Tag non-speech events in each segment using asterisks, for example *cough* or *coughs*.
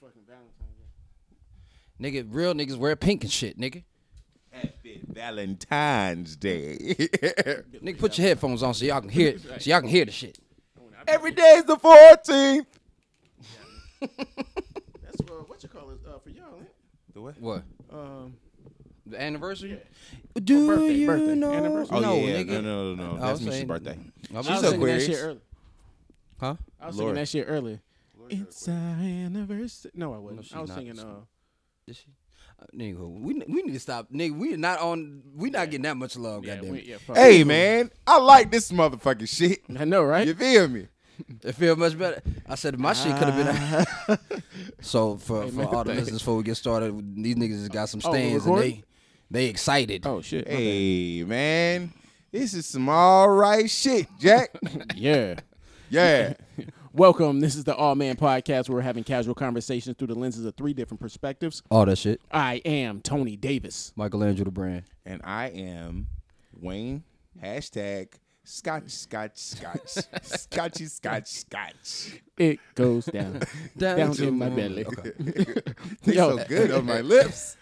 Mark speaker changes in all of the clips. Speaker 1: fucking Valentine's Day.
Speaker 2: Nigga, real niggas wear pink and shit, nigga.
Speaker 3: Happy Valentine's Day.
Speaker 2: Nigga, put your headphones on so y'all can
Speaker 1: *laughs*
Speaker 2: hear it. So y'all can hear the shit.
Speaker 3: *laughs*
Speaker 1: Oh,
Speaker 3: Every day is the 14th.
Speaker 1: That's uh, what you call it uh, for y'all, ain't it?
Speaker 3: The what?
Speaker 2: What?
Speaker 1: Um,
Speaker 2: The anniversary? Do
Speaker 1: Oh, birthday,
Speaker 2: you
Speaker 1: birthday.
Speaker 2: know?
Speaker 1: Anniversary.
Speaker 3: Oh,
Speaker 2: no,
Speaker 3: yeah, yeah.
Speaker 2: nigga.
Speaker 3: No, no, no, no.
Speaker 2: I
Speaker 3: That's
Speaker 2: was
Speaker 3: Misha's
Speaker 2: saying-
Speaker 3: birthday.
Speaker 2: I was
Speaker 1: I was
Speaker 3: so
Speaker 1: thinking that
Speaker 3: Aquarius.
Speaker 1: shit earlier.
Speaker 2: Huh?
Speaker 1: I was
Speaker 3: Lord.
Speaker 1: thinking that shit earlier. It's our anniversary. No, I
Speaker 2: No,
Speaker 1: wasn't.
Speaker 2: she's
Speaker 1: I was
Speaker 2: not.
Speaker 1: thinking, uh,
Speaker 2: Did she? Uh, Nigga, we we need to stop. Nigga, we not on. We not getting that much love.
Speaker 1: yeah,
Speaker 2: goddamn
Speaker 1: we,
Speaker 2: it.
Speaker 1: yeah, fuck.
Speaker 3: Hey, man. I like this motherfucking shit.
Speaker 1: *laughs* I know, right?
Speaker 3: You feel me?
Speaker 2: It feel much better. I said my shit could have
Speaker 1: *laughs*
Speaker 2: been. so for, for
Speaker 1: man,
Speaker 2: all the
Speaker 1: thank-
Speaker 2: listeners, before we get started, these niggas has got some
Speaker 1: Oh, we
Speaker 2: stands and
Speaker 1: recording?
Speaker 2: they they excited.
Speaker 1: Oh shit! my
Speaker 3: Hey, man. This is some all right shit, Jack.
Speaker 1: bad. Yeah.
Speaker 3: yeah.
Speaker 1: Welcome. This is the All Man Podcast, where we're having casual conversations through the lenses of three different perspectives.
Speaker 2: All that shit.
Speaker 1: I am Tony Davis.
Speaker 2: Michelangelo Brand.
Speaker 3: And I am Wayne. Hashtag Scotch, Scotch, Scotch. Scotchy, Scotch, Scotch.
Speaker 1: It goes down,
Speaker 2: Down
Speaker 1: down,
Speaker 2: to
Speaker 1: in my
Speaker 2: my-
Speaker 1: belly.
Speaker 3: Tastes
Speaker 1: Yo.
Speaker 3: so good on my lips.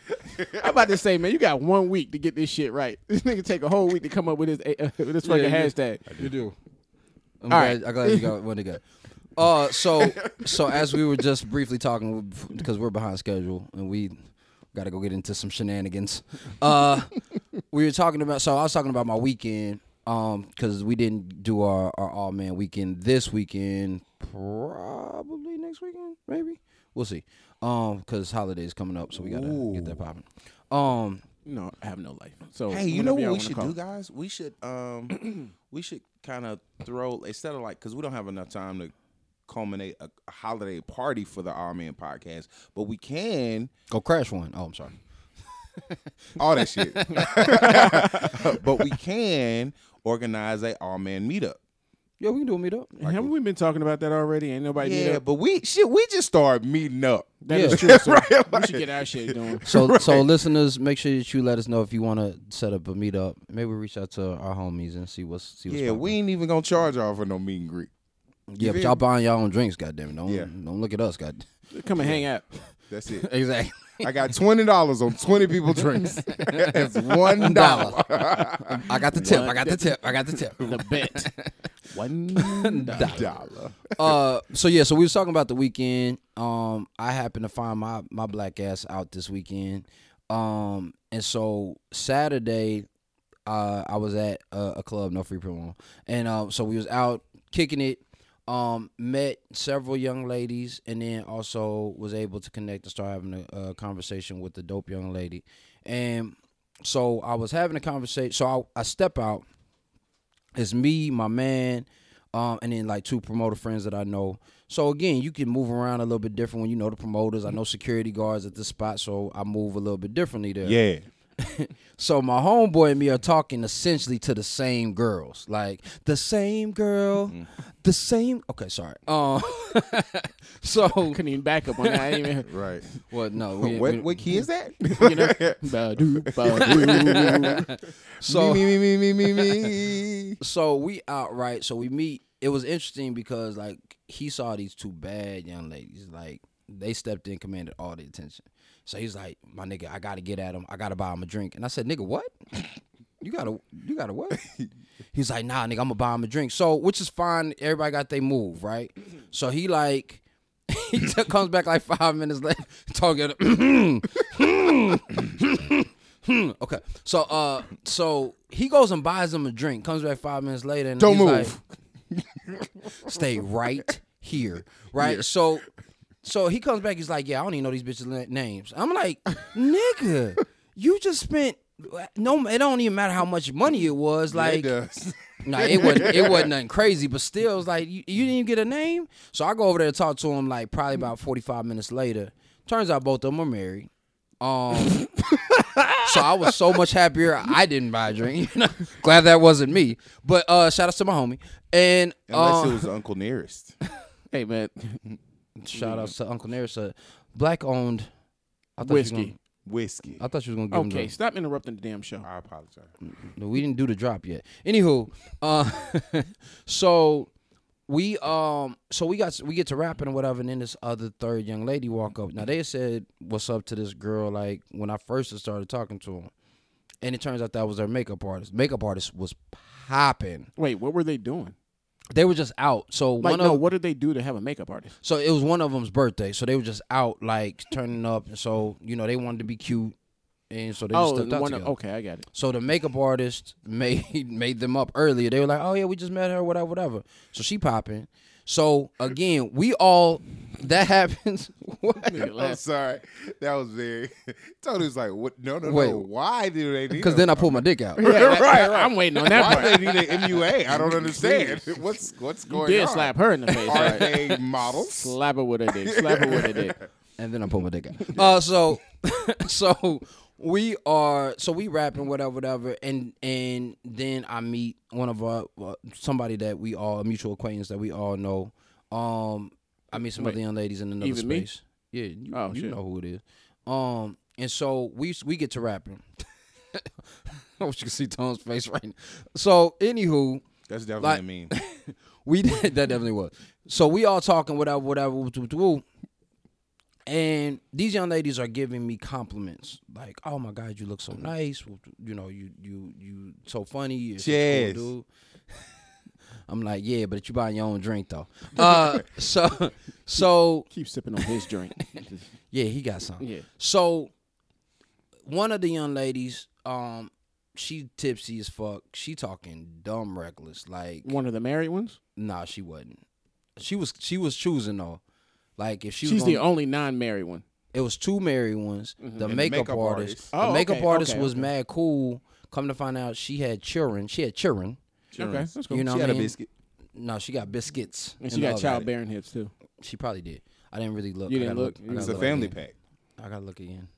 Speaker 1: I'm about to say, man, you got one week to get this shit right. *laughs* This nigga take a whole week to come up with this uh, with this fucking
Speaker 2: yeah.
Speaker 1: hashtag.
Speaker 2: You do. I'm
Speaker 1: All
Speaker 2: glad, I'm glad you got one *laughs* together. Uh, so so as we were just briefly talking because we're behind schedule and we got to go get into some shenanigans. *laughs* Uh, we were talking about so I was talking about my weekend um because we didn't do our our all man weekend this weekend probably next weekend maybe we'll see um because holidays coming up so we gotta get that popping um
Speaker 1: No, I have no life. So
Speaker 3: Hey, you know
Speaker 1: whenever
Speaker 3: what
Speaker 1: y'all wanna
Speaker 3: we should
Speaker 1: call.
Speaker 3: do, guys? We should
Speaker 1: *clears throat*
Speaker 3: um, we should kind of throw instead of like because we don't have enough time to culminate a, a holiday party for the All Man podcast, but we can
Speaker 2: go crash one. Oh, I'm sorry.
Speaker 3: all
Speaker 1: *laughs*
Speaker 3: that shit. but we can organize a All Man meetup.
Speaker 2: Yeah, we can do a meetup.
Speaker 1: Haven't we been talking about that already? Ain't nobody need
Speaker 3: Yeah,
Speaker 1: that.
Speaker 3: but we shit we just started meeting up. *laughs*
Speaker 1: That
Speaker 2: Yeah.
Speaker 1: is true. *laughs* So
Speaker 3: Right,
Speaker 1: we
Speaker 3: right.
Speaker 1: should get our shit doing.
Speaker 2: So,
Speaker 3: *laughs*
Speaker 2: so listeners, make sure that you let us know if you want to set up a meetup. Maybe reach out to our homies and see what's see what's
Speaker 3: Yeah,
Speaker 2: poppin'.
Speaker 3: we ain't even gonna charge y'all for no meet and greet.
Speaker 2: yeah, but y'all buying y'all own drinks. Goddamn it! Don't
Speaker 3: Yeah.
Speaker 2: don't look at us. God, *laughs*
Speaker 1: Come and hang out.
Speaker 3: That's it.
Speaker 2: exactly.
Speaker 3: I got twenty dollars on twenty people drinks.
Speaker 1: *laughs*
Speaker 3: *laughs* That's
Speaker 2: *laughs*
Speaker 3: one dollar.
Speaker 2: Dollar. I got the tip. I got the tip. I got the tip.
Speaker 1: *laughs* The
Speaker 3: *laughs*
Speaker 1: bet. One dollar.
Speaker 3: Dollar.
Speaker 2: uh, so yeah, so we was talking about the weekend. Um, I happened to find my my black ass out this weekend. Um, and so Saturday, uh, I was at a, a club, no free promo, and um, so we was out kicking it. Um, met several young ladies, and then also was able to connect and start having a, a conversation with the dope young lady. And so I was having a conversation. So I, I step out it's me, my man, um, and then like two promoter friends that I know. So again, you can move around a little bit different when you know the promoters. I know security guards at this spot, so I move a little bit differently there.
Speaker 3: Yeah.
Speaker 2: So my homeboy and me are talking essentially to the same girls, like the same girl, the same. Okay, sorry. Um, *laughs* so
Speaker 1: Couldn't even back up on that. I didn't
Speaker 3: *laughs*
Speaker 1: even.
Speaker 3: Right.
Speaker 2: *laughs* what? No, *laughs* we,
Speaker 3: what
Speaker 2: we-
Speaker 3: what key is that?
Speaker 1: You know, Ba-doo,
Speaker 3: *laughs*
Speaker 1: ba-doo.
Speaker 2: so
Speaker 3: me me me
Speaker 2: *laughs*
Speaker 3: me me me.
Speaker 2: so we out right so we meet it was interesting because like he saw these two bad young ladies like they stepped in commanded all the attention so he's like my nigga i gotta get at him i gotta buy him a drink and i said nigga what you gotta you gotta
Speaker 3: *laughs*
Speaker 2: what he's like nah nigga i'm gonna buy him a drink so which is fine everybody got their move right so he like *laughs* he t- comes back like five minutes later *laughs* talking *clears throat* okay so uh so he goes and buys him a drink comes back five minutes later and
Speaker 3: Don't
Speaker 2: he's
Speaker 3: move.
Speaker 2: like, stay right *laughs* here. Right? So so he comes back, he's like, Yeah, I don't even know these bitches' na- names. I'm like, nigga, you just spent no it don't even matter how much money it was. Like
Speaker 3: does.
Speaker 2: Nah, it wasn't *laughs* it wasn't nothing crazy, but still it's like you, you didn't even get a name. So I go over there and talk to him like probably about forty five minutes later. Turns out both of them are married. Um *laughs* so I was so much happier I didn't buy a drink. *laughs* You know? Glad that wasn't me. But uh shout out to my homie. And
Speaker 3: Unless
Speaker 2: um,
Speaker 3: it was Uncle Nearest.
Speaker 1: hey man,
Speaker 2: Shout
Speaker 1: Mm-hmm.
Speaker 2: outs to Uncle Nearest, uh, black owned I thought you was
Speaker 1: whiskey.
Speaker 2: gonna-
Speaker 3: Whiskey.
Speaker 2: I thought you was gonna give him
Speaker 1: Okay,
Speaker 2: the-
Speaker 1: stop interrupting the damn show.
Speaker 3: I apologize.
Speaker 2: no, we didn't do the drop yet. Anywho, uh, *laughs* so we um so we got we get to rapping or whatever and then this other third young lady walk up now they said what's up to this girl like when i first started talking to him and it turns out that was their makeup artist makeup artist was popping
Speaker 1: Wait, what were they doing?
Speaker 2: they were just out so
Speaker 1: Like,
Speaker 2: one
Speaker 1: no,
Speaker 2: of
Speaker 1: what did they do to have a makeup artist?
Speaker 2: so it was one of them's birthday so they were just out like turning up and so you know they wanted to be cute and so they just
Speaker 1: Oh,
Speaker 2: stepped out
Speaker 1: one
Speaker 2: together.
Speaker 1: of, okay, I
Speaker 3: *laughs*
Speaker 1: got it.
Speaker 2: So the makeup artist made *laughs* made them up earlier. They were like, "Oh yeah, we just met her, whatever, whatever." So she popping. So again, we all that *laughs* happens. What?
Speaker 3: *laughs* I'm sorry. That was very. *laughs* Tony was like, "What? No, no,
Speaker 2: Wait.
Speaker 3: no. Why do they need?
Speaker 2: Because
Speaker 3: them?
Speaker 2: then I pulled my dick out.
Speaker 1: right, right. I'm waiting on that
Speaker 3: Why
Speaker 1: part.
Speaker 2: *laughs*
Speaker 3: do they need an MUA? I don't understand. *laughs* what's what's
Speaker 1: You
Speaker 3: going
Speaker 1: did
Speaker 3: on?
Speaker 1: slap her in the face.
Speaker 3: Are
Speaker 1: right?
Speaker 3: they *laughs* models?
Speaker 1: Slap her with a dick. Slap her with a
Speaker 3: *laughs*
Speaker 1: dick.
Speaker 2: and then I pull my
Speaker 1: *laughs*
Speaker 2: dick out. Uh, so, *laughs* so we are, so we rapping whatever, whatever, and and then I meet one of our uh, somebody that we all a mutual acquaintance that we all know. Um, I meet some other young ladies in another
Speaker 1: even me?
Speaker 2: space. Yeah, you,
Speaker 1: Oh,
Speaker 2: you
Speaker 1: shit.
Speaker 2: know who it is. Um, and so we we get to rapping. *laughs* I wish you could see Tom's face right now. So, anywho,
Speaker 3: That's
Speaker 2: Like-
Speaker 3: definitely a meme.
Speaker 2: we *laughs* did, that definitely was. So we all talking whatever, whatever, woo, woo, woo. and these young ladies are giving me compliments like, "Oh my God, you look so nice. woo, woo, You know, you you you so funny. You're such a
Speaker 3: Cheers.
Speaker 2: cool dude." *laughs* I'm like, yeah, but you buying your own drink though. Uh, so so
Speaker 1: Keep sipping on his
Speaker 2: *laughs*
Speaker 1: drink.
Speaker 2: yeah, he got some.
Speaker 1: Yeah.
Speaker 2: So one of the young ladies, um, she tipsy as fuck. She talking dumb reckless like.
Speaker 1: One of the married ones.
Speaker 2: Nah, she wasn't. She was she was choosing though. Like if she was
Speaker 1: She's the
Speaker 2: gonna-
Speaker 1: only non-married one.
Speaker 2: it was two married ones.
Speaker 1: Mm-hmm.
Speaker 2: The
Speaker 3: the
Speaker 2: makeup,
Speaker 3: makeup
Speaker 2: artist,
Speaker 3: artist.
Speaker 1: Oh,
Speaker 2: the makeup
Speaker 1: okay,
Speaker 2: artist
Speaker 1: okay,
Speaker 2: was
Speaker 1: okay.
Speaker 2: mad cool. Come to find out, she had children. She had children.
Speaker 1: Okay, that's cool.
Speaker 2: You know
Speaker 3: she
Speaker 2: what
Speaker 3: had
Speaker 2: I
Speaker 3: a
Speaker 2: mean?
Speaker 3: biscuit.
Speaker 2: No, she got biscuits.
Speaker 1: and
Speaker 2: in
Speaker 1: she
Speaker 2: the
Speaker 1: got
Speaker 2: oven.
Speaker 1: childbearing hips too.
Speaker 2: She probably did. I didn't really look.
Speaker 1: You
Speaker 2: I
Speaker 1: didn't
Speaker 2: gotta
Speaker 1: look?
Speaker 2: I
Speaker 1: It was
Speaker 3: It's
Speaker 2: gotta
Speaker 3: a
Speaker 2: look
Speaker 3: family
Speaker 2: again.
Speaker 3: pack.
Speaker 2: I gotta look again.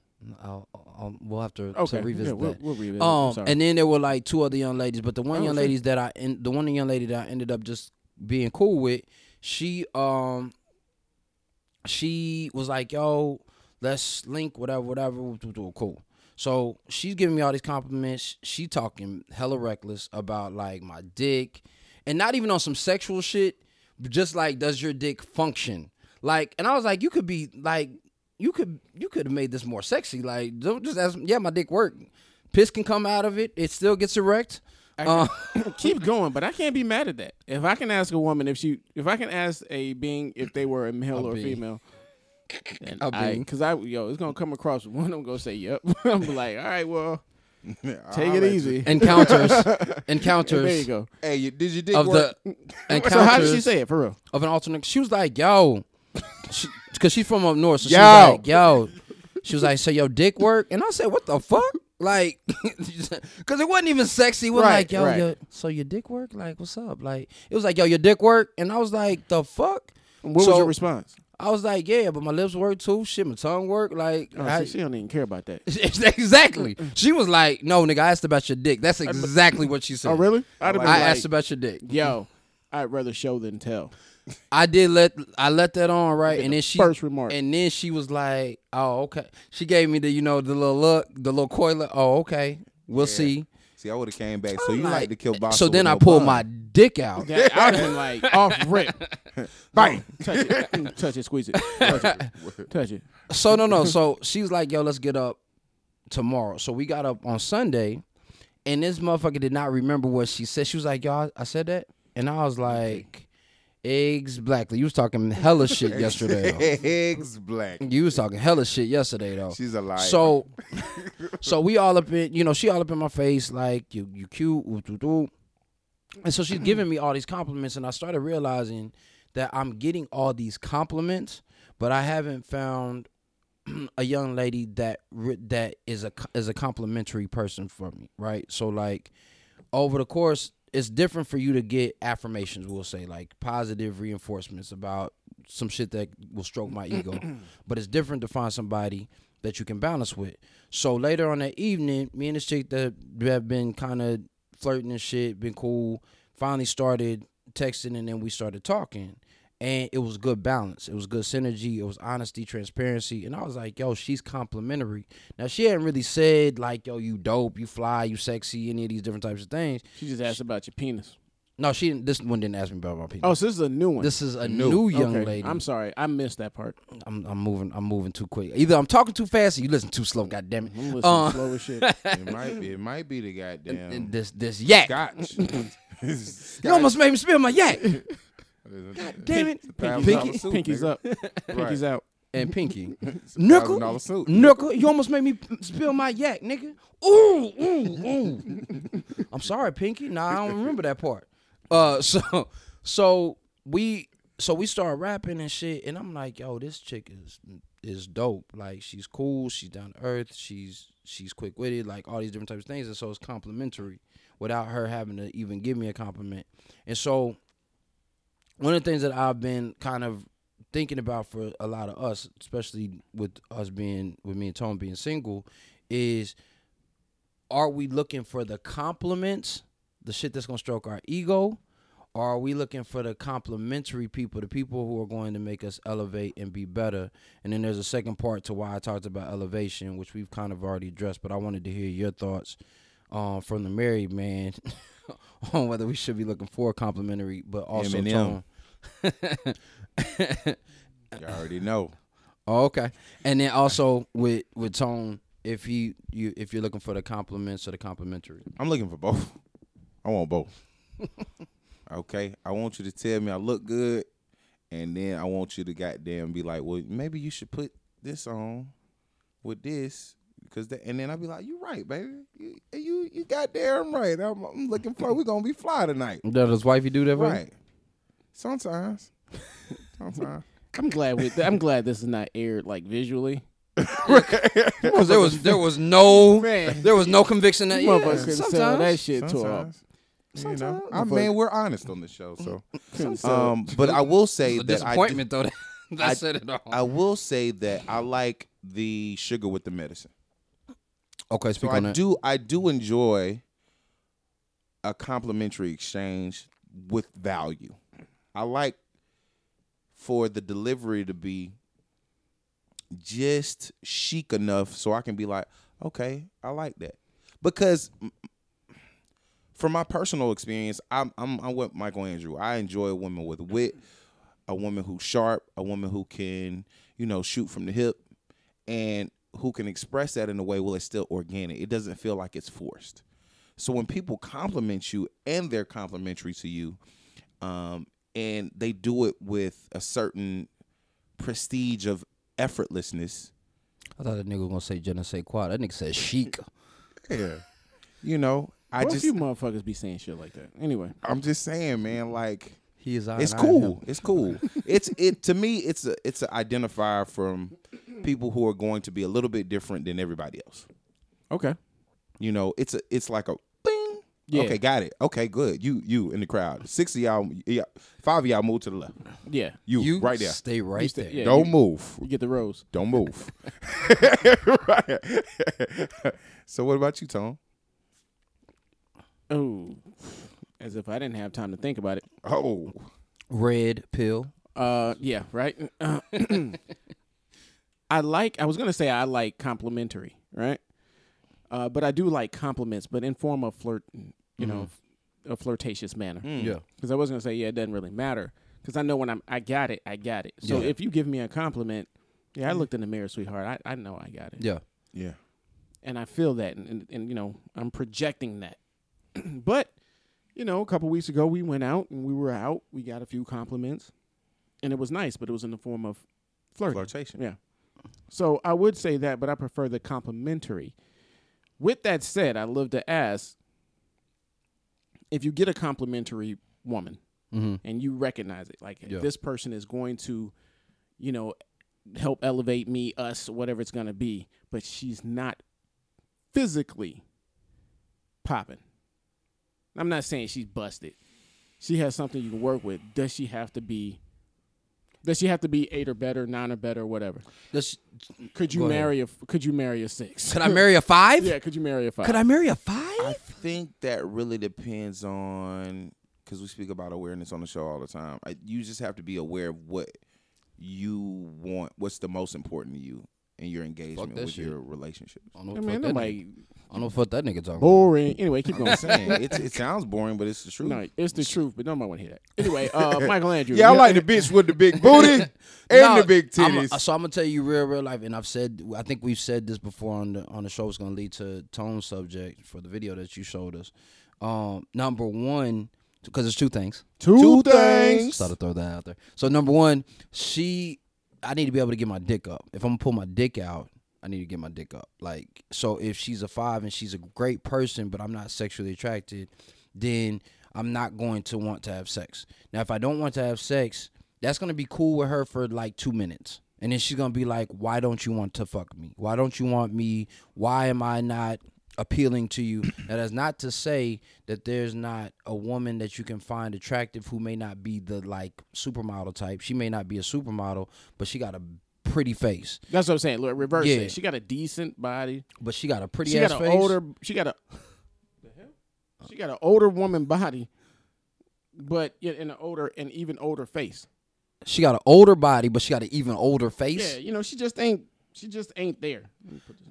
Speaker 2: I'll, I'll, we'll have to, to
Speaker 1: Okay,
Speaker 2: revisit
Speaker 1: yeah, we'll-
Speaker 2: that.
Speaker 1: we'll revisit it. I'm
Speaker 2: Um,
Speaker 1: sorry.
Speaker 2: and then there were like two other young ladies, but the one
Speaker 1: Oh,
Speaker 2: young
Speaker 1: sure.
Speaker 2: ladies that I en- the one young lady that I ended up just being cool with, she um, she was like, "Yo, let's link, whatever, whatever." woo, woo, woo, Cool. So she's giving me all these compliments. She talking hella reckless about like my dick, and not even on some sexual shit. but Just like, does your dick function? Like, and I was like, you could be like, you could you could have made this more sexy. Like, don't just ask. Yeah, my dick work. Piss can come out of it. It still gets erect. Uh,
Speaker 1: *coughs* Keep going, but I can't be mad at that. If I can ask a woman if she, if I can ask a being if they were a male or
Speaker 2: being.
Speaker 1: female, and
Speaker 2: A
Speaker 1: I,
Speaker 2: being.
Speaker 1: because I, yo, it's gonna come across one of them gonna say, "Yep," *laughs* I'm like, "All right, well, take
Speaker 3: I'll
Speaker 1: it
Speaker 3: let
Speaker 1: easy." *laughs*
Speaker 2: encounters,
Speaker 1: And
Speaker 2: encounters
Speaker 1: there you go.
Speaker 3: Hey, you, did your dick
Speaker 2: of
Speaker 3: work?
Speaker 2: the encounters
Speaker 1: So how did she say it for real?
Speaker 2: of an alternate. She was like, "Yo,"
Speaker 1: *laughs*
Speaker 2: because she's from up north. So she
Speaker 3: Yo.
Speaker 2: was like, "Yo," she was like, "So your dick work?" And I said, "What the fuck?" Like, *laughs* because it wasn't even sexy. We're
Speaker 1: Right,
Speaker 2: like, "Yo,
Speaker 1: right.
Speaker 2: yo, so your dick work? Like, what's up?" Like, it was like, "Yo, your dick work?" And I was like, "The fuck."
Speaker 1: What
Speaker 2: So-
Speaker 1: was your response?
Speaker 2: I was like, "Yeah, but my lips work too. Shit, my tongue work. Like,
Speaker 1: Oh,
Speaker 2: I-
Speaker 1: see, she don't even care about
Speaker 2: *laughs*
Speaker 1: that.
Speaker 2: exactly." She was like, "No, nigga, I asked about your dick. That's exactly what she said.
Speaker 1: Oh, really? I'd have been
Speaker 2: I
Speaker 1: like,
Speaker 2: asked about your dick.
Speaker 1: yo, I'd rather show than tell.
Speaker 2: I did let I let that on right, and then she
Speaker 1: first remark.
Speaker 2: and then she was like, "Oh, okay." She gave me the you know the little look, the little coil. Oh, okay, we'll see.
Speaker 3: See, I would have came back. So
Speaker 2: I'm
Speaker 3: you like, to kill boss?
Speaker 2: So then I pulled my dick out.
Speaker 1: That, I'd have been like, off rip.
Speaker 2: *laughs*
Speaker 1: Bang. Touch it. Touch it. Squeeze it. Touch it. Touch it.
Speaker 2: So no, no. So she was like, "Yo, let's get up tomorrow." So we got up on Sunday, and this motherfucker did not remember what she said. She was like, "Yo, I- I said that," and I was like, "Eggs blackly." You was talking hella shit yesterday.
Speaker 3: *laughs*
Speaker 2: though.
Speaker 3: eggs black.
Speaker 2: You was talking hella shit yesterday though.
Speaker 3: She's a liar.
Speaker 2: So, so we all up in, you know, she all up in my face, like you, you cute, ooh, doo, doo. and so she's giving me all these compliments, and I started realizing that I'm getting all these compliments, but I haven't found *clears throat* a young lady that re- that is a co- is a complimentary person for me, right? So like over the course, it's different for you to get affirmations. We'll say like positive reinforcements about some shit that will stroke my ego, but it's different to find somebody that you can balance with. So later on that evening, me and this chick that have been kind of flirting and shit, been cool, finally started texting, and then we started talking and it was good balance. It was good synergy. It was honesty, transparency, and I was like, "Yo, she's complimentary." Now she hadn't really said like, "Yo, you dope, you fly, you sexy," any of these different types of things.
Speaker 1: She just asked about your penis.
Speaker 2: No, she didn't. This one didn't ask me about my penis.
Speaker 1: Oh, so this is a new one.
Speaker 2: this is a
Speaker 3: New.
Speaker 2: new, young
Speaker 1: Okay,
Speaker 2: lady.
Speaker 1: I'm sorry, I missed that part.
Speaker 2: I'm, I'm moving. I'm moving too quick. Either I'm talking too fast, or you listen too slow. God damn it!
Speaker 1: I'm listening
Speaker 2: Uh,
Speaker 1: slow as shit.
Speaker 3: It might be. It might be the goddamn
Speaker 2: and this this yak.
Speaker 3: scotch.
Speaker 2: *laughs* You almost made me spill my yak.
Speaker 1: *laughs*
Speaker 2: damn it.
Speaker 3: Pinkies,
Speaker 2: Pinky-
Speaker 1: Pinky's up. Pinky's out.
Speaker 2: and
Speaker 3: *laughs*
Speaker 2: Pinky.
Speaker 3: dollar
Speaker 2: Nickel,
Speaker 3: suit.
Speaker 2: Nickel, you almost made me p- spill my yak, nigga. Ooh, ooh, ooh.
Speaker 3: *laughs*
Speaker 2: I'm sorry, Pinky. Nah, I don't remember that part. Uh, *laughs* so, so we, so we start rapping and shit, and I'm like, yo, this chick is is dope. Like, she's cool. She's down to earth. She's she's quick witted. Like all these different types of things, and so it's complimentary without her having to even give me a compliment. And so one of the things that I've been kind of thinking about for a lot of us, especially with us being with me and Tone being single, is are we looking for the compliments, the shit that's gonna stroke our ego, or are we looking for the complimentary people, the people who are going to make us elevate and be better? And then there's a second part to why I talked about elevation, which we've kind of already addressed, but I wanted to hear your thoughts um, from the married man *laughs* on whether we should be looking for complimentary, but also
Speaker 3: Eminem.
Speaker 2: Tone.
Speaker 3: You already know.
Speaker 2: *laughs* Oh, okay. And then also with with tone, if he you if you're looking for the compliments or the complimentary.
Speaker 3: I'm looking for both. I want both. okay. I want you to tell me I look good, and then I want you to goddamn be like, well, maybe you should put this on with this. Cause that, and then I'll be like, "You right, baby. You you, you goddamn right. I'm, I'm looking for. We're gonna be fly tonight,
Speaker 2: Does his wifey do that? Right.
Speaker 3: right? Sometimes, *laughs* sometimes.
Speaker 1: I'm glad we. I'm glad this is not aired like visually.
Speaker 2: Because there was there was no
Speaker 1: Man.
Speaker 2: there was no conviction that yeah,
Speaker 1: Motherfucker could sell that
Speaker 2: sometimes.
Speaker 1: shit to a
Speaker 3: Sometimes. You know, I
Speaker 1: Sometimes.
Speaker 3: mean, we're honest on the show, so.
Speaker 1: couldn't sell-
Speaker 3: Um, but I will say
Speaker 2: It's a
Speaker 3: that I do-
Speaker 2: disappointment though. *laughs* That, that
Speaker 3: I-
Speaker 2: said it all.
Speaker 3: I will say that I like the sugar with the medicine.
Speaker 2: okay,
Speaker 3: So
Speaker 2: speak
Speaker 3: I
Speaker 2: on that.
Speaker 3: do I do enjoy a complimentary exchange with value. I like for the delivery to be just chic enough so I can be like, okay, I like that. Because mm, from my personal experience, I'm I'm I'm with Michael Andrew. I enjoy a woman with wit, a woman who's sharp, a woman who can, you know, shoot from the hip and who can express that in a way well it's still organic. It doesn't feel like it's forced. So when people compliment you and they're complimentary to you, um, and they do it with a certain prestige of effortlessness,
Speaker 2: I thought that nigga was gonna say je ne sais quoi. That nigga said chic.
Speaker 3: yeah, you know, I
Speaker 1: Why
Speaker 3: just
Speaker 1: you motherfuckers be saying shit like that? Anyway,
Speaker 3: I'm just saying, man, like
Speaker 2: He is. I
Speaker 3: it's
Speaker 2: and Uh, I am
Speaker 3: cool.
Speaker 2: him.
Speaker 3: It's cool. It's it to me. It's a it's an identifier from people who are going to be a little bit different than everybody else.
Speaker 1: okay.
Speaker 3: You know, it's a it's like a bing.
Speaker 1: Yeah.
Speaker 3: Okay, got it. Okay, good. You you in the crowd. Six of y'all, yeah, five of y'all move to the left.
Speaker 1: Yeah,
Speaker 3: You,
Speaker 2: You
Speaker 3: right there.
Speaker 2: Stay right
Speaker 1: stay-
Speaker 2: there.
Speaker 1: yeah.
Speaker 3: Don't move.
Speaker 1: you get the rose.
Speaker 3: Don't move. *laughs* right. so what about you, Tom?
Speaker 1: Oh, as if I didn't have time to think about it.
Speaker 3: Oh,
Speaker 2: Red pill.
Speaker 1: Uh, yeah, right. *coughs* I like. I was gonna say I like complimentary, right? Uh, but I do like compliments, but in form of flirt, you know, a flirtatious manner.
Speaker 2: Yeah.
Speaker 1: Because I was gonna say, yeah, it doesn't really matter. Because I know when I'm, I got it, I got it. So
Speaker 2: Yeah.
Speaker 1: if you give me a compliment, yeah, I looked in the mirror, sweetheart. I, I know I got it,
Speaker 2: Yeah.
Speaker 3: yeah.
Speaker 1: and I feel that, and, and and you know, I'm projecting that. *clears throat* but you know, a couple weeks ago, we went out and we were out. We got a few compliments, and it was nice, but it was in the form of flirting.
Speaker 3: Flirtation.
Speaker 1: Yeah. So I would say that, but I prefer the complimentary. With that said, I love to ask if you get a complimentary woman and you recognize it, like
Speaker 2: Yeah.
Speaker 1: this person is going to, you know, help elevate me, us, whatever it's going to be, but she's not physically popping. I'm not saying she's busted. She has something you can work with. Does she have to be? Does she have to be eight or better, nine or better, whatever?
Speaker 2: Let's,
Speaker 1: Could you
Speaker 2: Go ahead.
Speaker 1: marry a Could you marry a six?
Speaker 2: could I marry a five?
Speaker 1: yeah, could you marry a five?
Speaker 2: Could I marry a five?
Speaker 3: I think that really depends on because we speak about awareness on the show all the time. I, you just have to be aware of what you want, what's the most important to you in your engagement
Speaker 2: that
Speaker 3: with
Speaker 2: shit.
Speaker 3: your relationships.
Speaker 2: don't know
Speaker 1: I
Speaker 2: what the
Speaker 1: mean,
Speaker 2: fuck that
Speaker 1: nobody
Speaker 2: I don't know what that nigga talking.
Speaker 1: Boring. Anyway, keep
Speaker 2: *laughs*
Speaker 1: going.
Speaker 3: I'm saying it, it sounds boring, but it's the truth.
Speaker 1: no, it's the truth, but nobody want to hear that. Anyway,
Speaker 2: *laughs*
Speaker 1: uh, Michael Andrew.
Speaker 3: Yeah, I like the bitch with the big booty and
Speaker 2: No,
Speaker 3: the big
Speaker 2: eh, I'm-
Speaker 3: titties.
Speaker 2: uh, so I'm gonna tell you real, real life, and I've said, I think we've said this before on the on the show. It's gonna lead to tone subject for the video that you showed us. Um, number one, because there's two things.
Speaker 1: two
Speaker 3: things.
Speaker 1: things.
Speaker 2: Just thought to throw that out there. So number one, she, I need to be able to get my dick up. If I'm gonna pull my dick out, I need to get my dick up. Like, so if she's a five and she's a great person, but I'm not sexually attracted, then I'm not going to want to have sex. Now, if I don't want to have sex, that's gonna be cool with her for like two minutes. And then she's gonna be like, "Why don't you want to fuck me? Why don't you want me? Why am I not appealing to you?" now, that's not to say that there's not a woman that you can find attractive who may not be the like supermodel type. She may not be a supermodel, but she got a pretty face.
Speaker 1: That's what I'm saying. Look, reverse
Speaker 2: Yeah.
Speaker 1: it. She got a decent body.
Speaker 2: But she got a pretty
Speaker 1: She
Speaker 2: ass
Speaker 1: got an
Speaker 2: face.
Speaker 1: older. She got a. She got an older woman body, but yet in an older and even older face.
Speaker 2: She got an older body, but she got an even older
Speaker 1: Yeah,
Speaker 2: face.
Speaker 1: you know, she just ain't. She just ain't there.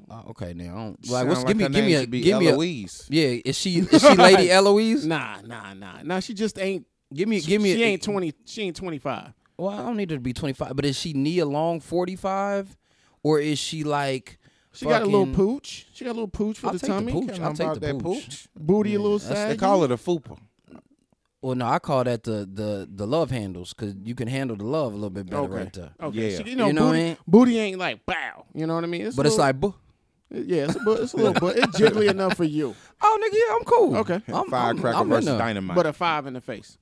Speaker 2: Uh, okay, now I don't, like,
Speaker 3: Sound
Speaker 2: what's, give me,
Speaker 3: her
Speaker 2: give me
Speaker 3: name
Speaker 2: a,
Speaker 3: should be
Speaker 2: give me a.
Speaker 3: Eloise.
Speaker 2: Yeah, is
Speaker 3: *laughs*
Speaker 2: she is she Lady Eloise?
Speaker 1: Nah, nah, nah, nah. She just ain't.
Speaker 2: Give me, give me.
Speaker 1: She
Speaker 2: a,
Speaker 1: ain't twenty. She ain't twenty five.
Speaker 2: Well, I don't need her to be 25, but is she Nia Long 45? Or is she like.
Speaker 1: She got a little
Speaker 2: fucking-
Speaker 1: pooch. She got a little pooch for
Speaker 2: I'll
Speaker 1: the
Speaker 2: take the
Speaker 1: tummy.
Speaker 2: pooch.
Speaker 3: Tell
Speaker 2: I'll
Speaker 3: them
Speaker 2: take
Speaker 3: about
Speaker 2: the
Speaker 3: that
Speaker 2: pooch.
Speaker 3: pooch.
Speaker 1: Booty a little
Speaker 2: that's-
Speaker 1: sad.
Speaker 3: They call it a fupa.
Speaker 2: Well, no, I call that the the the love handles because you can handle the love a little bit better
Speaker 1: Okay.
Speaker 2: right there.
Speaker 1: Okay.
Speaker 3: Yeah.
Speaker 1: She- you know,
Speaker 2: You know what I
Speaker 1: booty,
Speaker 2: mean?
Speaker 1: booty ain't like bow. You know what I mean?
Speaker 2: But it's
Speaker 1: little-
Speaker 2: like, bu-
Speaker 1: yeah, it's a, bu- it's a little, but it's
Speaker 2: *laughs*
Speaker 1: jiggly enough for you.
Speaker 2: oh nigga, yeah, I'm cool.
Speaker 1: Okay.
Speaker 2: I'm, I'm-
Speaker 3: Firecracker
Speaker 2: I'm in
Speaker 3: versus
Speaker 2: there.
Speaker 3: dynamite.
Speaker 1: But a five in the face.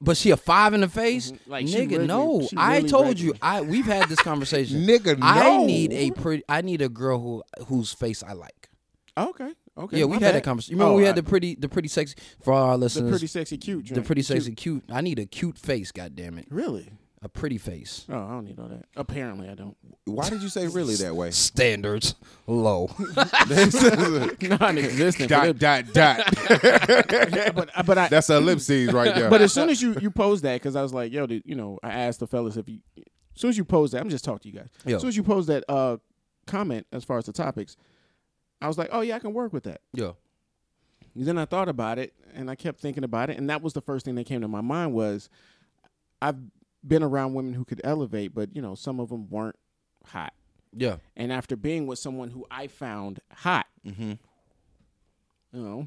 Speaker 2: But she a five in the face,
Speaker 1: Mhm. Like, she
Speaker 2: nigga.
Speaker 1: really-
Speaker 2: no,
Speaker 1: she
Speaker 2: I
Speaker 1: really
Speaker 2: told
Speaker 1: regular.
Speaker 2: you. I we've
Speaker 1: *laughs*
Speaker 2: had this conversation.
Speaker 3: Nigga,
Speaker 2: I
Speaker 3: no.
Speaker 2: need a pretty. I need a girl who whose face I like.
Speaker 1: Okay. Okay.
Speaker 2: yeah,
Speaker 1: my
Speaker 2: we've had
Speaker 1: bad.
Speaker 2: that conversation. Remember,
Speaker 1: Oh,
Speaker 2: we had
Speaker 1: I-
Speaker 2: the pretty, the pretty sexy for all our
Speaker 1: the
Speaker 2: listeners.
Speaker 1: pretty sexy cute.
Speaker 2: the
Speaker 1: joint.
Speaker 2: pretty
Speaker 1: Cute.
Speaker 2: sexy, cute. I need a cute face. God damn it,
Speaker 1: Really?
Speaker 2: a pretty face.
Speaker 1: Oh, I don't need all that. Apparently, I don't. *laughs*
Speaker 3: *laughs* Why did you say really
Speaker 2: *laughs*
Speaker 3: that way? *laughs*
Speaker 2: Standards low.
Speaker 1: Non-existent. for
Speaker 3: dot
Speaker 1: them.
Speaker 3: dot dot.
Speaker 1: but but I.
Speaker 3: That's ellipses right there.
Speaker 1: but as soon as you you pose that, because I was like, yo, dude, you know, I asked the fellas if you. As soon as you pose that, I'm just talking to you guys.
Speaker 2: Yo.
Speaker 1: As soon as you pose that uh comment as far as the topics, I was like, oh yeah, I can work with that.
Speaker 2: yeah.
Speaker 1: And then I thought about it and I kept thinking about it and that was the first thing that came to my mind was I've been around women who could elevate but you know some of them weren't hot.
Speaker 2: Yeah.
Speaker 1: And after being with someone who I found hot,
Speaker 3: Mhm.
Speaker 1: you know,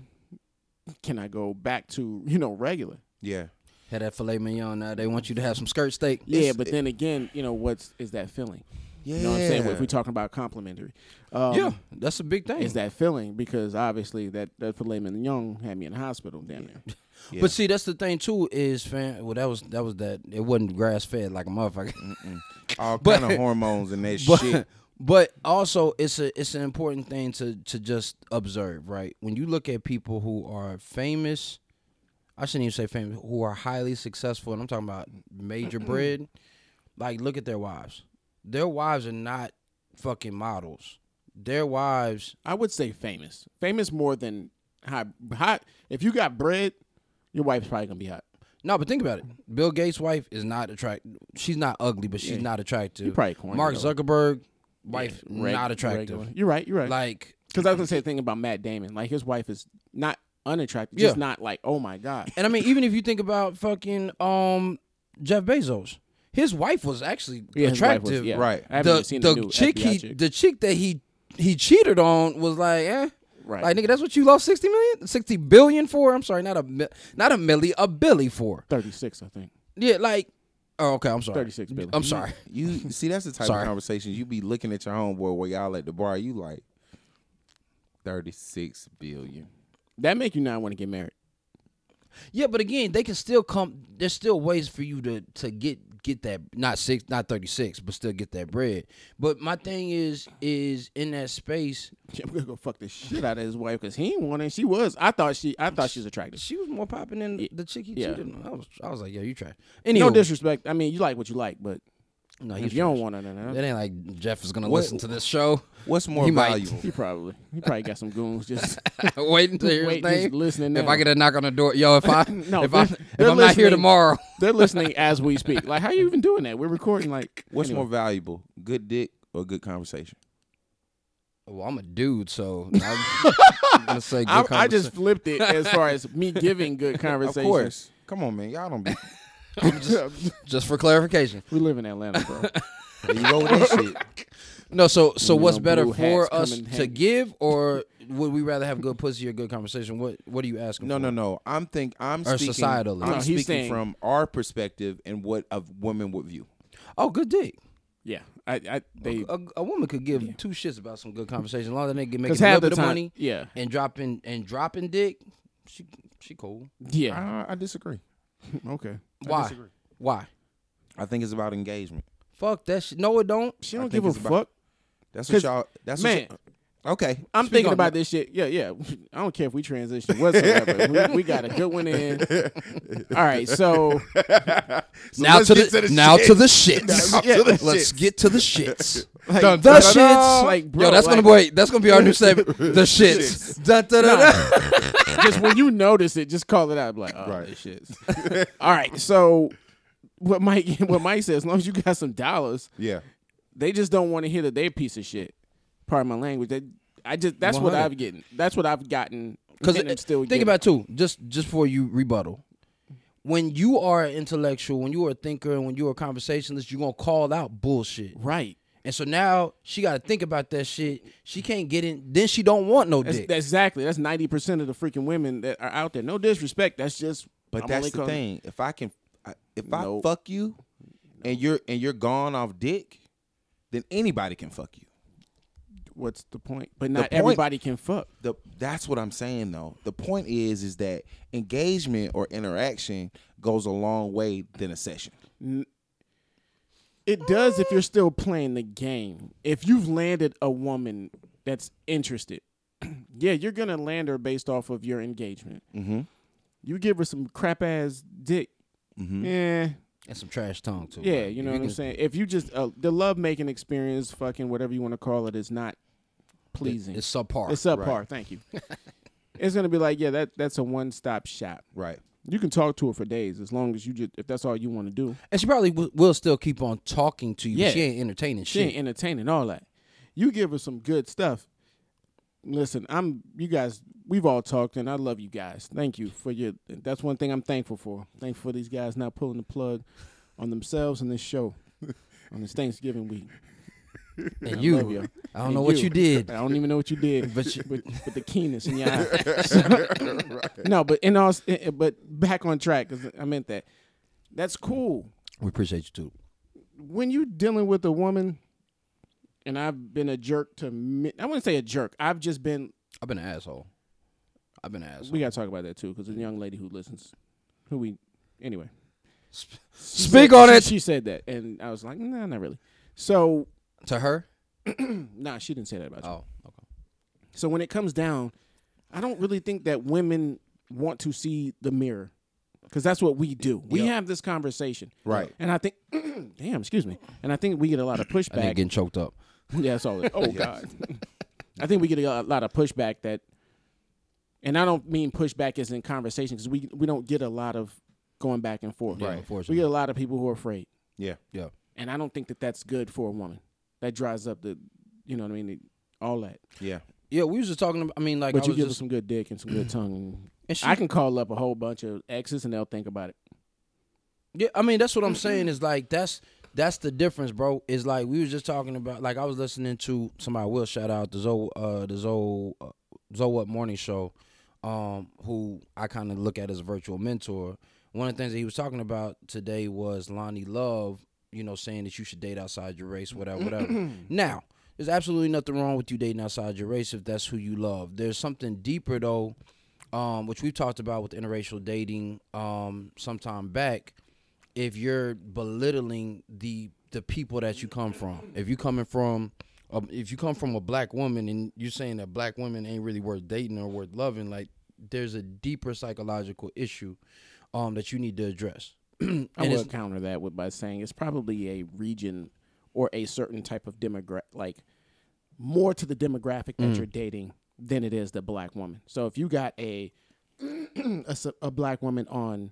Speaker 1: can I go back to, you know, regular?
Speaker 3: yeah,
Speaker 2: Had that filet mignon now. They want you to have some skirt steak.
Speaker 1: yeah, but then again, you know, what's is that feeling?
Speaker 3: yeah.
Speaker 1: You know what I'm saying? If we're talking about complimentary. Um,
Speaker 2: yeah, that's a big thing.
Speaker 1: Is that feeling? Because obviously that, that filet mignon had me in the hospital down there.
Speaker 3: Yeah.
Speaker 2: But see, that's the thing too. Is fam? Well, that was that was that. It wasn't grass fed like a motherfucker.
Speaker 1: Mm,
Speaker 3: all
Speaker 2: but-
Speaker 3: kind of hormones and that
Speaker 2: but
Speaker 3: shit.
Speaker 2: *laughs* but also it's a it's an important thing to to just observe, right? When you look at people who are famous, I shouldn't even say famous, who are highly successful, and I'm talking about major bread. Like, look at their wives. Their wives are not fucking models. Their wives,
Speaker 1: I would say famous. Famous more than hot. Hot. If you got bread, your wife's probably gonna be hot.
Speaker 2: no, but think about it. Bill Gates' wife is not attractive. She's not ugly, but she's
Speaker 1: Yeah.
Speaker 2: not attractive.
Speaker 1: You probably corny,
Speaker 2: Mark
Speaker 1: though.
Speaker 2: Zuckerberg, wife
Speaker 1: Reg-
Speaker 2: not attractive.
Speaker 1: regular. You're right. You're right.
Speaker 2: Like
Speaker 1: Because I was gonna say the thing about Matt Damon. Like his wife is not unattractive. Just
Speaker 2: Yeah.
Speaker 1: not like oh my god.
Speaker 2: And I mean, even if you think about fucking um Jeff Bezos, his wife was actually
Speaker 1: Yeah, his wife
Speaker 2: attractive.
Speaker 1: was- yeah.
Speaker 3: right.
Speaker 1: I haven't
Speaker 2: The,
Speaker 1: even seen
Speaker 2: the
Speaker 1: the, new
Speaker 2: chick
Speaker 1: FBI
Speaker 2: he
Speaker 1: chick.
Speaker 2: the chick that he he cheated on was like, eh.
Speaker 1: Right.
Speaker 2: Like nigga, that's what you lost 60 million, 60 billion for. I'm sorry, not a mi- not a milli, a billy for.
Speaker 1: Thirty six, I think.
Speaker 2: Yeah, like oh okay, I'm sorry.
Speaker 1: 36 billion.
Speaker 2: I'm sorry.
Speaker 3: You see, that's the type
Speaker 2: Sorry.
Speaker 3: of conversation you be looking at your homeboy where y'all at the bar. You like thirty six billion.
Speaker 1: That make you not want to get married. *laughs*
Speaker 2: Yeah, but again, they can still come. There's still ways for you to to get get that not six, not thirty six, but still get that bread. But my thing is is in that space,
Speaker 1: Yeah, I'm gonna go fuck the shit out of his wife because he ain't want it. She was. I thought she. I thought she was attractive.
Speaker 2: She was more popping than the chick he
Speaker 1: yeah.
Speaker 2: cheated on. I was, I was like, yo, you trash. Anyway,
Speaker 1: No disrespect. I mean, you like what you like, but
Speaker 2: no,
Speaker 1: if
Speaker 2: he's
Speaker 1: you don't
Speaker 2: trash.
Speaker 1: want it, then
Speaker 2: That ain't like Jeff is gonna
Speaker 3: What-
Speaker 2: listen to this show. *laughs*
Speaker 3: What's more
Speaker 2: He might.
Speaker 3: valuable?
Speaker 1: you probably. You probably got some goons just
Speaker 2: Waiting to hear
Speaker 1: *laughs* Wait,
Speaker 2: his
Speaker 1: just
Speaker 2: name.
Speaker 1: listening.
Speaker 2: If
Speaker 1: now.
Speaker 2: I get a knock on the door,
Speaker 1: *laughs*
Speaker 2: yo, if I
Speaker 1: No,
Speaker 2: if I
Speaker 1: they're-
Speaker 2: if
Speaker 1: they're
Speaker 2: I'm not here
Speaker 1: listening.
Speaker 2: tomorrow,
Speaker 1: They're listening as we speak. Like, how you even doing that? We're recording. Like,
Speaker 3: What's
Speaker 1: anyway.
Speaker 3: more valuable? Good dick or good conversation?
Speaker 2: well, *laughs* I'm a dude, so I'm, I'm gonna say
Speaker 1: *laughs*
Speaker 2: good
Speaker 1: I, I just
Speaker 2: conversation.
Speaker 1: flipped it as far as me giving good
Speaker 3: Of
Speaker 1: conversation.
Speaker 3: course. Come on, man. Y'all don't
Speaker 1: *laughs*
Speaker 3: be.
Speaker 2: *laughs* just for clarification.
Speaker 1: we live in Atlanta, bro.
Speaker 3: There you go with that shit.
Speaker 2: No, so so
Speaker 1: Women
Speaker 2: what's
Speaker 1: on
Speaker 2: better
Speaker 1: blue hats
Speaker 2: for us
Speaker 1: come in
Speaker 2: to
Speaker 1: handy.
Speaker 2: give, or would we rather have good pussy or good conversation? What What are you asking?
Speaker 3: *laughs* No,
Speaker 2: for?
Speaker 3: no, no. I'm think. I'm
Speaker 2: Or
Speaker 3: speaking.
Speaker 2: societally.
Speaker 3: I'm
Speaker 1: No, he's
Speaker 3: speaking
Speaker 1: saying-
Speaker 3: from our perspective and what a woman would view.
Speaker 2: Oh, good dick.
Speaker 1: Yeah, I, I they
Speaker 2: A, a woman could give two shits about some good conversation, as long as they get making
Speaker 1: because
Speaker 2: a little
Speaker 1: half the
Speaker 2: bit of
Speaker 1: time,
Speaker 2: money
Speaker 1: yeah,
Speaker 2: and dropping and dropping dick. She she cool.
Speaker 1: yeah,
Speaker 3: I, I disagree.
Speaker 1: okay.
Speaker 2: Why? Why?
Speaker 3: I think it's about engagement.
Speaker 2: Fuck that shit. No, it don't.
Speaker 1: She
Speaker 3: I
Speaker 1: don't
Speaker 3: think
Speaker 1: give a
Speaker 3: it's about-
Speaker 1: fuck.
Speaker 3: That's
Speaker 1: 'Cause,
Speaker 3: what y'all. That's
Speaker 1: Man,
Speaker 3: What y'all, okay.
Speaker 1: I'm
Speaker 2: speak
Speaker 1: thinking
Speaker 2: on
Speaker 1: about this shit. Yeah, yeah. *laughs* I don't care if we transition whatsoever. we, we got a good one in. All right, so
Speaker 3: So
Speaker 2: now
Speaker 3: let's
Speaker 2: to
Speaker 3: get
Speaker 2: the,
Speaker 3: shits.
Speaker 2: now to the
Speaker 3: Now
Speaker 2: shits.
Speaker 3: to the
Speaker 2: Let's
Speaker 3: shits.
Speaker 2: get to the shits.
Speaker 1: like,
Speaker 2: the
Speaker 1: dun,
Speaker 2: shits.
Speaker 1: dun, dun. Like, bro,
Speaker 2: Yo, that's gonna
Speaker 1: like-
Speaker 2: be that's gonna be our new segment. The shits. Dun, dun, dun, dun.
Speaker 1: *laughs* just when you notice it, just call it out. Like, oh,
Speaker 3: Right.
Speaker 1: this shit's. All right, so what Mike *laughs* what Mike says, as long as you got some dollars,
Speaker 3: Yeah.
Speaker 1: they just don't want to hear that they're a piece of shit. Pardon my language. They, I just that's what
Speaker 2: 100.
Speaker 1: I've getting. That's what I've gotten.
Speaker 2: Because
Speaker 1: and I'm still
Speaker 2: think
Speaker 1: getting.
Speaker 2: about it too. Just just before you rebuttal, when you are an intellectual, when you are a thinker, and when you are a conversationalist, you're gonna call out bullshit.
Speaker 1: right.
Speaker 2: And so now she got to think about that shit. She can't get in. Then she don't want no
Speaker 1: That's,
Speaker 2: dick.
Speaker 1: that's exactly. That's ninety percent of the freaking women that are out there. No disrespect. That's just.
Speaker 3: But
Speaker 1: I'm only
Speaker 3: that's the
Speaker 1: calling-
Speaker 3: thing. If I can, I, if
Speaker 1: Nope.
Speaker 3: I fuck you, and you're and you're gone off dick, then anybody can fuck you.
Speaker 1: What's the point? But not
Speaker 3: point-
Speaker 1: everybody can fuck.
Speaker 3: The that's what I'm saying though. The point is, is that engagement or interaction goes a long way than a session.
Speaker 1: It does if you're still playing the game. If you've landed a woman that's interested, *clears throat* yeah, you're gonna land her based off of your engagement.
Speaker 2: Mm-hmm.
Speaker 3: Mhm.
Speaker 1: You give her some crap ass dick.
Speaker 3: Mhm.
Speaker 1: Yeah,
Speaker 2: and some trash tongue too.
Speaker 1: yeah,
Speaker 2: bro.
Speaker 1: you know what I'm
Speaker 2: If Mm-hmm. can-
Speaker 1: saying. If you just uh, the love making experience, fucking whatever you want to call it, is not pleasing.
Speaker 2: It's subpar.
Speaker 1: It's subpar. Thank
Speaker 2: *laughs*
Speaker 1: you. it's gonna be like, yeah, that that's a one stop shop.
Speaker 3: Right.
Speaker 1: You can talk to her for days as long as you just if that's all you want to do.
Speaker 2: and she probably w- will still keep on talking to you. but
Speaker 1: Yeah.
Speaker 2: She ain't entertaining
Speaker 1: She
Speaker 2: shit.
Speaker 1: ain't entertaining all that. You give her some good stuff. Listen, I'm you guys. We've all talked, and I love you guys. Thank you for your. That's one thing I'm thankful for. Thankful for these guys not pulling the plug on themselves and this show on this Thanksgiving week.
Speaker 2: and
Speaker 1: I
Speaker 2: you,
Speaker 1: love you.
Speaker 2: I don't
Speaker 1: And
Speaker 2: know what
Speaker 1: you.
Speaker 2: you did.
Speaker 1: I don't even know what you did,
Speaker 2: But you-
Speaker 1: with, with the keenness
Speaker 2: *laughs*
Speaker 1: in your eye. No, but in all, s- eh, eh, but back on track because I meant that. That's cool.
Speaker 2: We appreciate you too.
Speaker 1: when you dealing with a woman, and I've been a jerk to mi- I wouldn't say a jerk. I've just been.
Speaker 2: I've been an asshole. I've been an asshole.
Speaker 1: We gotta talk about that too, because a young lady who listens, who we anyway.
Speaker 2: Sp-
Speaker 1: She
Speaker 2: Speak
Speaker 1: said-
Speaker 2: on
Speaker 1: she-
Speaker 2: it
Speaker 1: She said that, and I was like, nah, not really. So,
Speaker 2: to her.
Speaker 1: nah, she didn't say that about you.
Speaker 2: Oh, okay.
Speaker 1: So when it comes down, I don't really think that women want to see the mirror, because that's what we do. We
Speaker 2: Yep.
Speaker 1: have this conversation,
Speaker 3: Right.
Speaker 1: And I think, *clears throat* damn, excuse me, and I think we get a lot of
Speaker 2: I think
Speaker 1: pushback.
Speaker 2: getting choked up.
Speaker 1: *laughs* Yeah, that's all. It, oh God, *laughs* I think we get a lot of pushback that, and I don't mean pushback as in conversation because we we don't get a lot of going back and forth.
Speaker 2: Yeah,
Speaker 3: Right.
Speaker 1: We
Speaker 2: Unfortunately.
Speaker 1: get a lot of people who are afraid,
Speaker 3: Yeah.
Speaker 2: yeah.
Speaker 1: and I don't think that that's good for a woman. That dries up the, you know what I mean, the- all that.
Speaker 3: Yeah.
Speaker 2: Yeah, we was just talking. About, I mean, like, I
Speaker 1: But you
Speaker 2: was
Speaker 1: give her
Speaker 2: just,
Speaker 1: some good dick and
Speaker 2: *clears throat*
Speaker 1: some good tongue, and
Speaker 2: and she,
Speaker 1: I can call up a whole bunch of exes and they'll think about it.
Speaker 2: yeah, I mean, that's what I'm saying. Is like that's that's the difference, bro. Is like we was just talking about. Like I was listening to somebody. I Will shout out the Zo, uh, the Zo, uh, Zo What Morning Show, um, who I kind of look at as a virtual mentor. One of the things that he was talking about today was Lonnie Love. You know, saying that you should date outside your race, whatever, whatever. *clears throat* now, there's absolutely nothing wrong with you dating outside your race if that's who you love. There's something deeper though. um, which we've talked about with interracial dating um, sometime back, if you're belittling the the people that you come from, if you coming from, um, if you come from a black woman and you're saying that black women ain't really worth dating or worth loving, like there's a deeper psychological issue um, that you need to address. and
Speaker 1: I
Speaker 2: it's-
Speaker 1: would counter that with by saying it's probably a region or a certain type of demographic, like more to the demographic
Speaker 2: Mm.
Speaker 1: that you're dating than it is the black woman. So if you got a *clears throat* a, s- a black woman
Speaker 2: Mm-hmm.
Speaker 1: *laughs* on,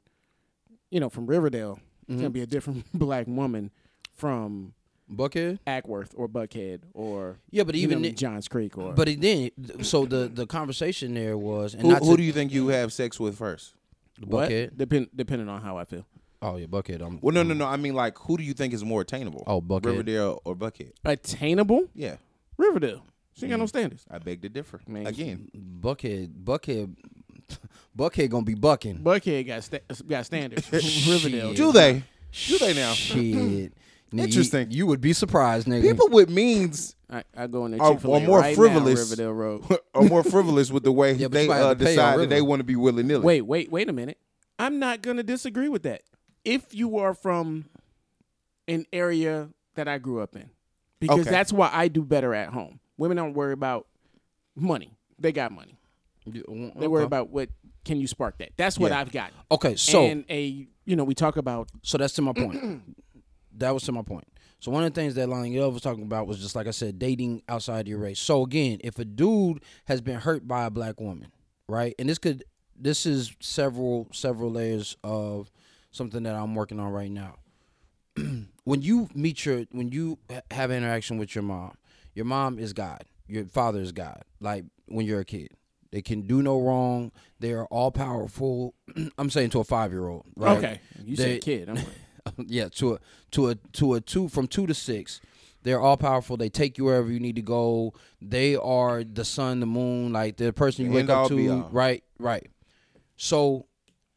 Speaker 1: you know, from Riverdale, it's gonna be a different black woman from
Speaker 2: Buckhead.
Speaker 1: Ackworth or Buckhead or
Speaker 2: Yeah, but
Speaker 1: you
Speaker 2: even
Speaker 1: know,
Speaker 2: it-
Speaker 1: Johns Creek or
Speaker 2: But he didn't. So the the conversation there was, and
Speaker 3: Who,
Speaker 2: not
Speaker 3: who
Speaker 2: to-
Speaker 3: do you think you have sex with first?
Speaker 1: what?
Speaker 2: Buckhead.
Speaker 1: Depend, depending on how I feel.
Speaker 2: Oh yeah, Buckhead. I'm,
Speaker 3: Well, no, no, no. I mean, like, who do you think is more attainable?
Speaker 2: Oh, Buckhead.
Speaker 3: Riverdale or Buckhead?
Speaker 1: Attainable?
Speaker 3: Yeah,
Speaker 1: Riverdale. She ain't got no
Speaker 2: Mm.
Speaker 1: standards.
Speaker 3: I beg to differ.
Speaker 1: Man.
Speaker 3: Again,
Speaker 2: Buckhead. Buckhead. *laughs* Buckhead gonna be bucking.
Speaker 1: Buckhead got sta- got
Speaker 2: *laughs*
Speaker 1: standards. Riverdale.
Speaker 2: Shit.
Speaker 3: do they? Do they now?
Speaker 2: *laughs* Shit. Nigga,
Speaker 3: Interesting.
Speaker 2: You, you would be surprised, nigga.
Speaker 3: *laughs* People with means
Speaker 1: I, I go in there
Speaker 3: Or- or
Speaker 1: Chick-fil-A
Speaker 3: more
Speaker 1: right
Speaker 3: frivolous.
Speaker 1: Now, Riverdale Road.
Speaker 3: *laughs* are more frivolous with the way
Speaker 2: Yeah, but
Speaker 3: they
Speaker 2: you might have to
Speaker 3: uh,
Speaker 2: pay on
Speaker 3: decide that
Speaker 2: River.
Speaker 3: they want to be willy nilly.
Speaker 1: Wait, wait, wait a minute. I'm not gonna disagree with that. If you are from an area that I grew up in, because
Speaker 3: Okay.
Speaker 1: that's why I do better at home. Women don't worry about money. They got money. They worry about what can you spark that. That's what
Speaker 3: Yeah.
Speaker 1: I've got.
Speaker 2: Okay, so
Speaker 1: and a you know we talk about
Speaker 2: So that's to my point. that was to my point. So one of the things that Lionel was talking about was just like I said, dating outside your race. So again, if a dude has been hurt by a black woman, right? And this could this is several several layers of something that I'm working on right now. *clears throat* when you meet your when you ha- have interaction with your mom, your mom is God. Your father is God. Like when you're a kid. They can do no wrong. They are all powerful. *clears throat* I'm saying to a five year old, right?
Speaker 1: okay. You
Speaker 2: They-
Speaker 1: said kid. I'm like,
Speaker 2: *laughs* yeah, to a to a to a two from two to six. They're all powerful. They take you wherever you need to go. They are the sun, the moon, like the person you
Speaker 3: The
Speaker 2: wake
Speaker 3: end
Speaker 2: up
Speaker 3: all, be
Speaker 2: to.
Speaker 3: all.
Speaker 2: Right, right. So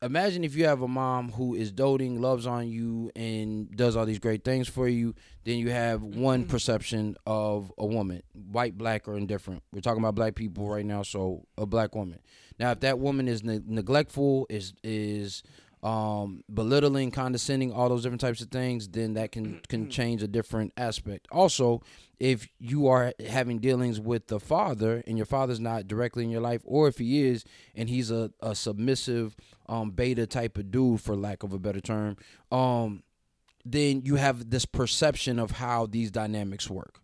Speaker 2: imagine if you have a mom who is doting, loves on you, and does all these great things for you. Then you have one perception of a woman, white, black, or indifferent. We're talking about black people right now, so a black woman. Now, if that woman is ne- neglectful, is is um, belittling, condescending, all those different types of things, then that can can change a different aspect. Also, if you are having dealings with the father and your father's not directly in your life, or if he is and he's a, a submissive um, beta type of dude, for lack of a better term, um, then you have this perception of how these dynamics work,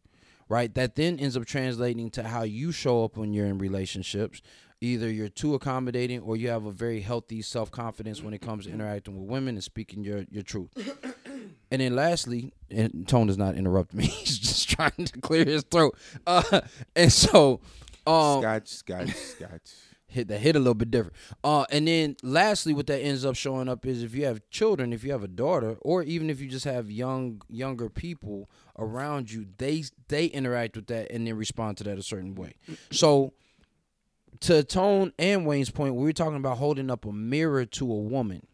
Speaker 2: right? That then ends up translating to how you show up when you're in relationships. Either you're too accommodating or you have a very healthy self confidence when it comes to interacting with women and speaking your, your truth. And then lastly, and Tone does not interrupt me. *laughs* He's just trying to clear his throat. Uh, and so, um,
Speaker 3: Scotch, scotch, *laughs* scotch.
Speaker 2: hit that hit a little bit different. Uh, and then lastly, what that ends up showing up is if you have children, if you have a daughter, or even if you just have young younger people around you, they they interact with that and then respond to that a certain way. So to Tone and Wayne's point, we were talking about holding up a mirror to a woman.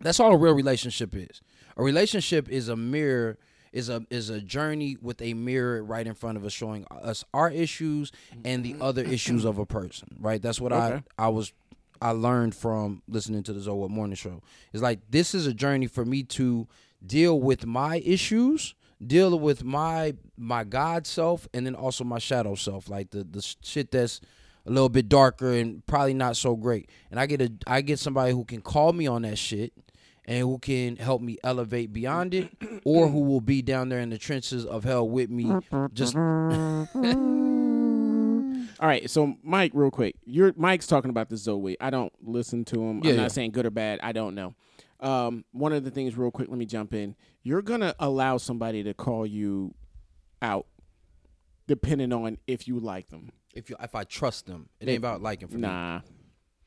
Speaker 2: That's all a real relationship is. A relationship is a mirror is a is a journey with a mirror right in front of us showing us our issues and the other issues of a person, right? That's what
Speaker 1: Okay.
Speaker 2: I I was I learned from listening to the Zoe Morning Show. It's like this is a journey for me to deal with my issues, deal with my my God self, and then also my shadow self, like the the shit that's a little bit darker and probably not so great. And I get a I get somebody who can call me on that shit and who can help me elevate beyond it or who will be down there in the trenches of hell with me just
Speaker 1: all right. So Mike, real quick, you're Mike's talking about the Zoe. I don't listen to him.
Speaker 2: Yeah,
Speaker 1: I'm
Speaker 2: yeah.
Speaker 1: not saying good or bad. I don't know. Um, one of the things, real quick, let me jump in. You're gonna allow somebody to call you out, depending on if you like them.
Speaker 2: if you if I trust them. It ain't about liking for me.
Speaker 1: Nah,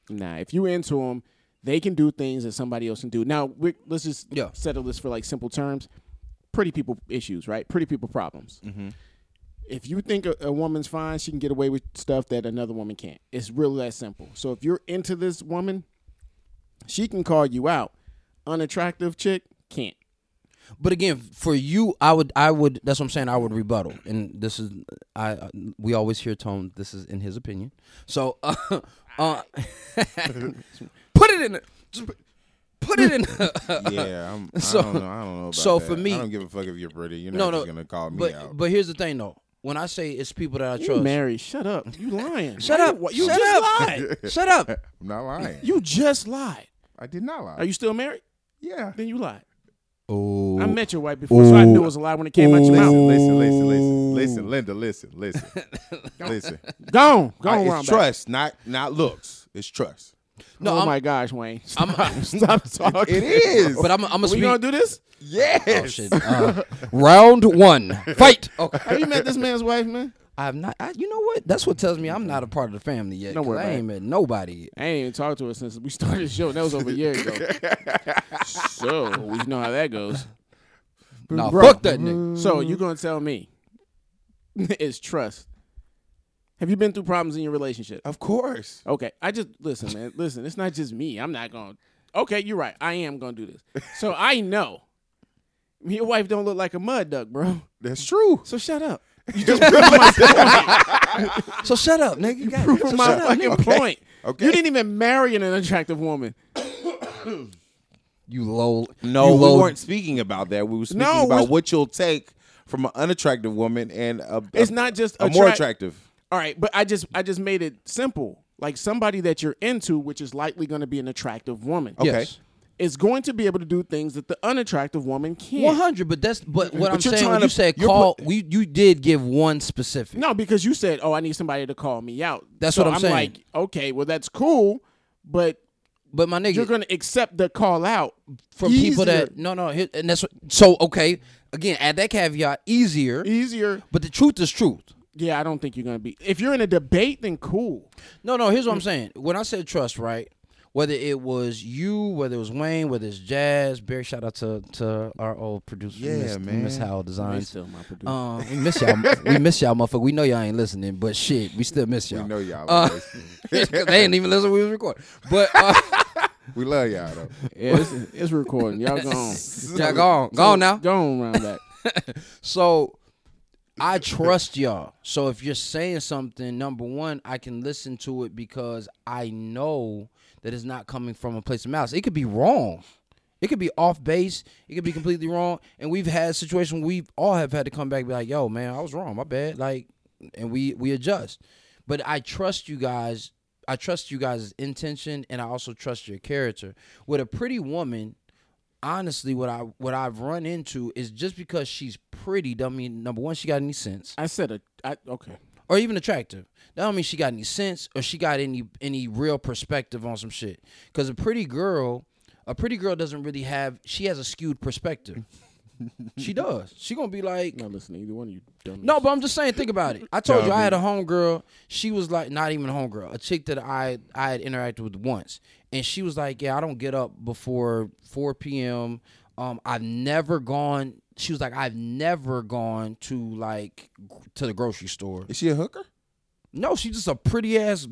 Speaker 1: nah. If you into them, they can do things that somebody else can do. Now, we let's just
Speaker 2: Yeah.
Speaker 1: settle this for like simple terms. Pretty people issues, right? Pretty people problems.
Speaker 2: Mm-hmm.
Speaker 1: If you think a, a woman's fine, she can get away with stuff that another woman can't. It's really that simple. So if you're into this woman, she can call you out. Unattractive chick can't.
Speaker 2: But again, for you, I would, I would. That's what I'm saying. I would rebuttal, and this is, I. uh, We always hear tone. This is in his opinion. So, *laughs* uh, uh *laughs* put it in. the- just put- Put it in. the-
Speaker 3: Yeah, I'm,
Speaker 2: *laughs*
Speaker 3: I
Speaker 2: So-
Speaker 3: don't know. I don't know about
Speaker 2: so
Speaker 3: that.
Speaker 2: for me-
Speaker 3: I don't give a fuck if you're pretty. You're
Speaker 2: no,
Speaker 3: not
Speaker 2: no.
Speaker 3: just gonna call me
Speaker 2: but
Speaker 3: out.
Speaker 2: but here's the thing, though. When I say it's people that I
Speaker 1: You
Speaker 2: trust,
Speaker 1: married. Shut up. You lying.
Speaker 2: shut
Speaker 1: Why
Speaker 2: up.
Speaker 1: You, why- you
Speaker 2: shut
Speaker 1: just
Speaker 2: up.
Speaker 1: lied.
Speaker 2: *laughs*
Speaker 3: *laughs*
Speaker 2: Shut up.
Speaker 3: I'm not lying.
Speaker 1: You just lied.
Speaker 3: I did not lie.
Speaker 1: Are you still married?
Speaker 3: yeah.
Speaker 1: Then you lied.
Speaker 2: Oh.
Speaker 1: I met your wife before, so I knew it was a lie when it came out your mouth.
Speaker 3: Listen, listen, listen, listen, listen, Linda, listen, *laughs* listen, listen.
Speaker 1: Gone,
Speaker 3: I-
Speaker 1: gone.
Speaker 3: it's trust, not not looks. It's trust.
Speaker 2: No,
Speaker 1: oh
Speaker 2: I'm-
Speaker 1: my gosh, *laughs* Wayne.
Speaker 2: I'm-
Speaker 1: Stop, *laughs* stop talking.
Speaker 3: It is.
Speaker 2: But I'm, I'm gonna
Speaker 1: we
Speaker 2: speak.
Speaker 1: gonna do this?
Speaker 3: yes.
Speaker 2: Oh, shit.
Speaker 3: *laughs*
Speaker 2: Uh, round one, fight. Okay.
Speaker 1: Have you met *laughs* this man's wife, man?
Speaker 2: I have not. I, you know what? That's what tells me I'm not a part of the family yet.
Speaker 1: Don't
Speaker 2: 'cause
Speaker 1: worry
Speaker 2: I
Speaker 1: about
Speaker 2: ain't met nobody yet.
Speaker 1: I ain't even talked to her since we started the show. and That was over a year *laughs* ago. so we know how that goes.
Speaker 2: Nah,
Speaker 1: Bro.
Speaker 2: fuck that
Speaker 3: Mm-hmm.
Speaker 2: nigga.
Speaker 1: So you gonna tell me *laughs* it's trust? Have you been through problems in your relationship?
Speaker 3: Of course.
Speaker 1: Okay, I just listen, man. Listen, it's not just me. I'm not going. to Okay, you're right. I am going to do this. So
Speaker 2: *laughs*
Speaker 1: I know your wife don't look like a mud duck, bro.
Speaker 3: That's true.
Speaker 1: So shut up.
Speaker 2: So shut up, nigga. You got it.
Speaker 1: For
Speaker 2: So
Speaker 1: my
Speaker 2: shut up,
Speaker 1: fucking
Speaker 2: nigga.
Speaker 1: point.
Speaker 3: Okay.
Speaker 1: You didn't even marry an attractive woman.
Speaker 2: You low.
Speaker 3: No,
Speaker 2: you
Speaker 3: we
Speaker 2: low-
Speaker 3: weren't speaking about that. We were speaking
Speaker 1: No,
Speaker 3: about
Speaker 1: we're-
Speaker 3: what you'll take from an unattractive woman and a, a-
Speaker 1: It's not just
Speaker 3: a more
Speaker 1: attract-
Speaker 3: attractive.
Speaker 1: All right, but I just I just made it simple. Like somebody that you're into, which is likely going to be an attractive woman,
Speaker 3: Okay.
Speaker 2: Yes.
Speaker 1: is going to be able to do things that the unattractive woman can't.
Speaker 2: One hundred, but that's but what I'm
Speaker 3: you're
Speaker 2: saying. When
Speaker 3: trying
Speaker 2: you
Speaker 3: to-
Speaker 2: said
Speaker 3: you're
Speaker 2: call, we you did give one specific.
Speaker 1: No, because you said, "Oh, I need somebody to call me out."
Speaker 2: That's
Speaker 1: So
Speaker 2: what I'm saying.
Speaker 1: like, okay, well that's cool, but
Speaker 2: But my nigga,
Speaker 1: you're going to accept the call out
Speaker 2: from people that no no, here- and that's what, so okay. Again, add that caveat. Easier,
Speaker 1: easier.
Speaker 2: but the truth is truth.
Speaker 1: Yeah, I don't think you're going to be. If you're in a debate, then cool.
Speaker 2: No, no, here's what I'm saying. When I said trust, right? Whether it was you, whether it was Wayne, whether it's Jazz, Barry, shout out to to our old producer,
Speaker 3: Yeah,
Speaker 2: Miss,
Speaker 3: man.
Speaker 2: Miss Howell Designs.
Speaker 1: my producer.
Speaker 2: Um, we miss y'all. we miss y'all, motherfucker. We know y'all ain't listening, but shit, we still miss y'all.
Speaker 3: We know Oh, y'all.
Speaker 2: Uh, *laughs*
Speaker 3: are listening.
Speaker 2: they ain't even listen when we was recording. But *laughs* uh,
Speaker 3: we love y'all though.
Speaker 1: yeah, it's, it's recording. Y'all *laughs* gone.
Speaker 2: y'all gone, gone now.
Speaker 1: Gone around that.
Speaker 2: So I trust y'all. So if you're saying something, number one, I can listen to it because I know that it's not coming from a place of malice. It could be wrong. It could be off base. It could be completely wrong. And we've had situations we all have had to come back and be like, yo, man, I was wrong. My bad. Like and we we adjust. But I trust you guys. I trust you guys' intention and I also trust your character. With a pretty woman, honestly what I what I've run into is just because she's pretty doesn't mean number one she got any sense
Speaker 1: I said a. I, okay.
Speaker 2: or even attractive. That don't mean she got any sense or she got any any real perspective on some shit. Cause a pretty girl, a pretty girl doesn't really have she has a skewed perspective. she does. She gonna be like
Speaker 1: Not listening to either one of you. Dummies.
Speaker 2: no, but I'm just saying, think about it. I told you I had a homegirl. She was like, not even a homegirl, a chick that I I had interacted with once, and she was like, yeah, I don't get up before 4 p.m. Um, I've never gone. She was like, I've never gone to like gr- to the grocery store.
Speaker 3: *laughs* Is she a hooker?
Speaker 2: No, she's just a pretty ass,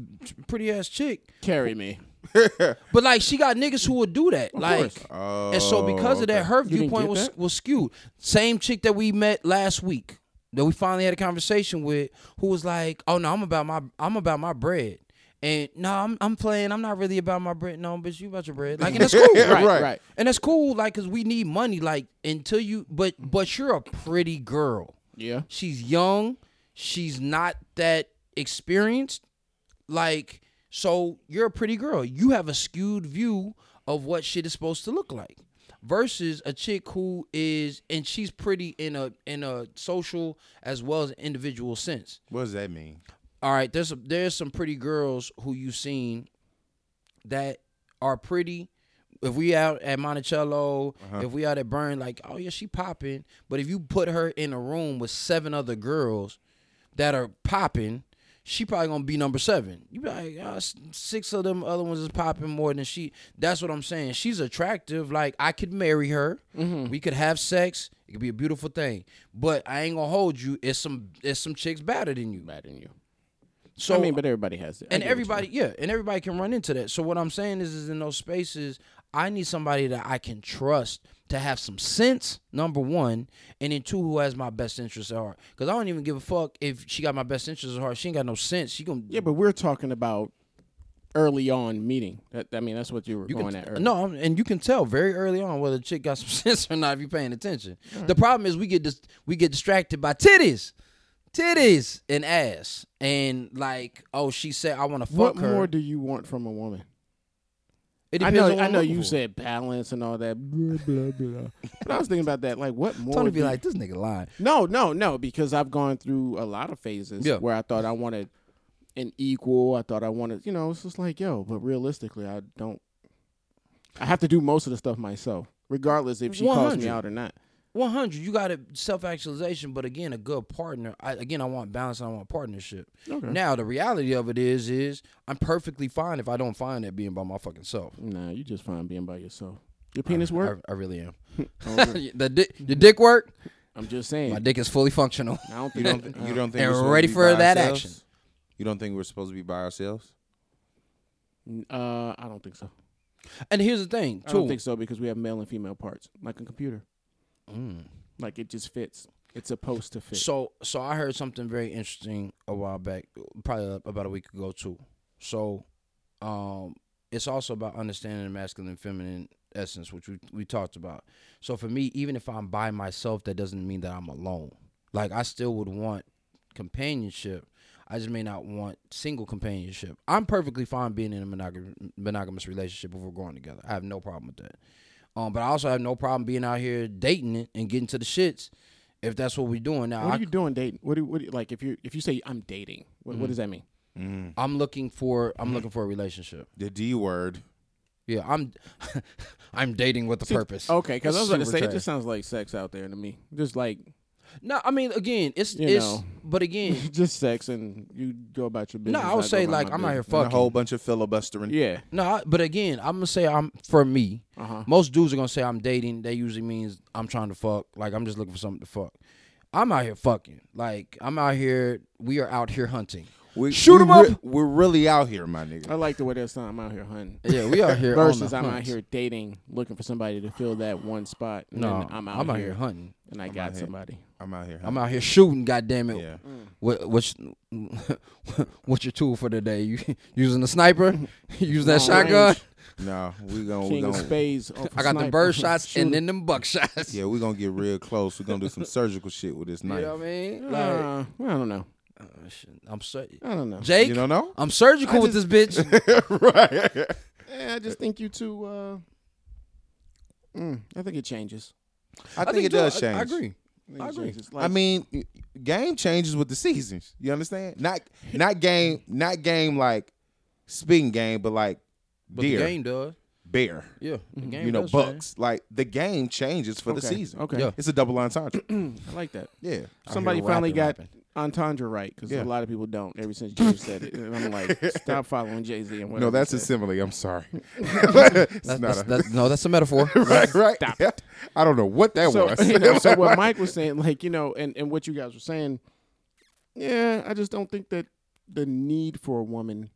Speaker 2: pretty ass chick.
Speaker 1: carry me.
Speaker 2: But like, she got niggas who would do that. like,
Speaker 1: course.
Speaker 3: Oh,
Speaker 2: and so because of that, her
Speaker 1: didn't
Speaker 2: viewpoint
Speaker 1: get
Speaker 2: was
Speaker 1: that?
Speaker 2: was skewed. Same chick that we met last week that we finally had a conversation with, who was like, "Oh no, I'm about my I'm about my bread." And no, I'm I'm playing. I'm not really about my bread. No, bitch, you about your bread. Like, and that's cool,
Speaker 3: Right.
Speaker 1: *laughs* Right.
Speaker 3: right.
Speaker 1: Right.
Speaker 2: and that's cool. Like, cause we need money. Like, until you, but but you're a pretty girl.
Speaker 1: Yeah.
Speaker 2: She's young. She's not that experienced. Like, so you're a pretty girl. You have a skewed view of what shit is supposed to look like. Versus a chick who is and she's pretty in a in a social as well as individual sense.
Speaker 3: What does that mean?
Speaker 2: All right, there's a, there's some pretty girls who you've seen that are pretty. If we out at Monticello,
Speaker 1: Uh-huh.
Speaker 2: if we out at Burn, like, oh yeah, she popping. But if you put her in a room with seven other girls that are popping, she probably gonna be number seven. You be like, "Ah, s- six of them other ones is popping more than she. That's what I'm saying. She's attractive. Like I could marry her.
Speaker 1: Mm-hmm.
Speaker 2: We could have sex. It could be a beautiful thing. But I ain't gonna hold you. It's some it's some chicks better than you.
Speaker 1: Better than you.
Speaker 2: So
Speaker 1: I mean, but everybody has it. I
Speaker 2: and
Speaker 1: get what you
Speaker 2: everybody yeah and everybody can run into that so what i'm saying is is in those spaces i need somebody that i can trust to have some sense number one and then two who has my best interests at heart because i don't even give a fuck if she got my best interests at heart she ain't got no sense she gonna
Speaker 1: Yeah, but we're talking about early on meeting. That, I mean, that's what you were
Speaker 2: you
Speaker 1: going
Speaker 2: can,
Speaker 1: at. Early.
Speaker 2: no I'm- and you can tell very early on whether the chick got some *laughs* sense or not if you're paying attention the problem is we get dis- we get distracted by titties titties and ass and like oh she said i want to fuck
Speaker 1: what
Speaker 2: her
Speaker 1: more do you want from a woman?
Speaker 2: It
Speaker 1: I
Speaker 2: depends on
Speaker 1: know,
Speaker 2: what
Speaker 1: I
Speaker 2: I'm
Speaker 1: know
Speaker 2: looking
Speaker 1: you
Speaker 2: for.
Speaker 1: said balance and all that. Blah blah blah. but I was thinking about that. Like, what more?
Speaker 2: Tony be
Speaker 1: do-
Speaker 2: like, this nigga lying.
Speaker 1: no, no, no, because I've gone through a lot of phases
Speaker 2: Yeah.
Speaker 1: where I thought I wanted and equal. I thought I wanted, you know, it's just like, yo, but realistically, I don't. I have to do most of the stuff myself, regardless if she calls me
Speaker 2: 100.
Speaker 1: out or not.
Speaker 2: 100 you got a self-actualization but again a good partner I, again i want balance and i want partnership
Speaker 1: Okay.
Speaker 2: now the reality of it is is i'm perfectly fine if i don't find that being by my fucking self
Speaker 1: Nah, you just fine being by yourself. Your penis work?
Speaker 2: Uh, i, I really am *laughs*
Speaker 1: Oh, really?
Speaker 2: the dick the dick work
Speaker 1: I'm just saying.
Speaker 2: *laughs* my dick is fully functional *laughs*
Speaker 1: I don't
Speaker 3: You
Speaker 1: think. uh,
Speaker 3: don't. you don't think
Speaker 2: And
Speaker 3: we're supposed
Speaker 2: ready
Speaker 3: to be
Speaker 2: for
Speaker 3: by
Speaker 2: that
Speaker 3: ourselves?
Speaker 2: action.
Speaker 3: You don't think we're supposed to be by ourselves?
Speaker 1: Uh, I don't think so.
Speaker 2: and here's the thing
Speaker 1: I
Speaker 2: too
Speaker 1: don't think so because we have male and female parts, like a computer.
Speaker 2: Mm.
Speaker 1: Like it just fits. It's supposed to fit.
Speaker 2: So, so I heard something very interesting a while back, probably about a week ago too. So, um, it's also about understanding the masculine and feminine essence, which we we talked about. So for me, even if I'm by myself, that doesn't mean that I'm alone. Like I still would want companionship. I just may not want single companionship. I'm perfectly fine being in a monogamous, monogamous relationship if we're growing together. I have no problem with that. Um, but I also have no problem being out here dating it and getting to the shits if that's what we're doing. Now,
Speaker 1: what
Speaker 2: I,
Speaker 1: are you doing dating? What do, what do like if you if you say I'm dating? What,
Speaker 2: Mm-hmm.
Speaker 1: what does that mean?
Speaker 3: Mm.
Speaker 2: I'm looking for
Speaker 1: Mm-hmm.
Speaker 2: I'm looking for a relationship.
Speaker 3: The D word.
Speaker 2: Yeah, I'm *laughs* I'm dating with a purpose.
Speaker 1: Okay, because I was about to
Speaker 2: Super
Speaker 1: say it
Speaker 2: trash.
Speaker 1: just sounds like sex out there to me. Just like *laughs*
Speaker 2: No, I mean again, it's
Speaker 1: You
Speaker 2: it's
Speaker 1: know.
Speaker 2: but again,
Speaker 1: just sex and you go about your
Speaker 2: no,
Speaker 1: business.
Speaker 2: I would
Speaker 1: go
Speaker 2: say
Speaker 1: about
Speaker 2: like
Speaker 1: my
Speaker 2: I'm out here
Speaker 1: business.
Speaker 3: And a
Speaker 2: fucking.
Speaker 3: whole bunch of filibustering.
Speaker 1: Yeah.
Speaker 2: no, I- but again, I'm gonna say I'm for me.
Speaker 1: Uh huh.
Speaker 2: Most dudes are gonna say I'm dating. That usually means I'm trying to fuck. Like I'm just looking for something to fuck. I'm out here fucking. Like I'm out here. We are out here hunting.
Speaker 3: We,
Speaker 2: Shoot 'em
Speaker 3: we re-
Speaker 2: up.
Speaker 3: we're really out here, my
Speaker 1: I
Speaker 3: nigga.
Speaker 1: like the way that sound. I'm out here hunting.
Speaker 2: Yeah, we
Speaker 1: *laughs*
Speaker 2: out here. on the
Speaker 1: Versus I'm out
Speaker 2: hunt.
Speaker 1: here dating, looking for somebody to fill that one spot. And
Speaker 2: No,
Speaker 1: then I'm out, here,
Speaker 2: hunting.
Speaker 1: and I
Speaker 3: I'm out
Speaker 1: got
Speaker 3: here.
Speaker 1: somebody.
Speaker 3: I'm out here.
Speaker 2: I'm out here shooting. Goddamn it.
Speaker 3: Yeah.
Speaker 2: What, what's *laughs* what's your tool for today? You *laughs* using a sniper? *laughs* You using that
Speaker 1: Long
Speaker 2: shotgun?
Speaker 1: range,
Speaker 3: No, we gonna we
Speaker 1: King of
Speaker 3: gonna
Speaker 1: spades.
Speaker 2: *laughs*
Speaker 1: off a
Speaker 2: I got the
Speaker 1: sniper.
Speaker 2: bird
Speaker 1: *laughs*
Speaker 2: shots
Speaker 1: Shoot
Speaker 2: and
Speaker 1: 'em.
Speaker 2: then them buck shots.
Speaker 3: yeah we gonna get real close. We gonna do some surgical shit with
Speaker 2: *laughs*
Speaker 3: this
Speaker 2: You
Speaker 3: knife.
Speaker 2: know what I mean? Like,
Speaker 1: Uh, I don't know.
Speaker 2: oh, shit. I'm sur-
Speaker 1: I don't know.
Speaker 2: Jake.
Speaker 3: You
Speaker 2: *laughs*
Speaker 3: don't know?
Speaker 2: I'm surgical with
Speaker 1: *laughs*
Speaker 2: this bitch.
Speaker 3: right.
Speaker 1: Eh, I just think you two. Uh, mm, I think it changes.
Speaker 3: I, think it
Speaker 2: too.
Speaker 3: does
Speaker 2: I-
Speaker 3: change.
Speaker 2: I, agree.
Speaker 1: think
Speaker 2: I
Speaker 1: it
Speaker 2: agree.
Speaker 1: changes. Like,
Speaker 3: I mean, game changes with the seasons. You understand? Not not game, not game like spin game, but like
Speaker 2: But
Speaker 3: deer,
Speaker 2: the game does.
Speaker 3: bear.
Speaker 2: Yeah, the game
Speaker 3: Mm-hmm. you know,
Speaker 2: does change.
Speaker 3: bucks. Like the game changes for the
Speaker 1: Okay,
Speaker 3: season.
Speaker 1: Okay,
Speaker 2: Yeah.
Speaker 3: It's a double entendre. *clears throat*
Speaker 1: I like that.
Speaker 3: yeah.
Speaker 1: Somebody finally
Speaker 2: rapping,
Speaker 1: got
Speaker 2: rapping.
Speaker 1: entendre right because
Speaker 3: Yeah.
Speaker 1: a lot of people don't. Ever *laughs* since Jay said it, and I'm like, stop following Jay Z and whatever.
Speaker 3: No, that's
Speaker 1: he
Speaker 3: a
Speaker 1: said.
Speaker 3: simile. I'm sorry. *laughs* it's
Speaker 2: That's,
Speaker 3: not
Speaker 2: that's,
Speaker 3: a
Speaker 2: that's, no, that's a metaphor.
Speaker 3: *laughs* right, right. *laughs* I don't know what that
Speaker 1: so, *laughs*
Speaker 3: was.
Speaker 1: you know, so
Speaker 3: *laughs*
Speaker 1: what Mike *laughs* was saying, like you know, and and what you guys were saying, yeah, I just don't think that the need for a woman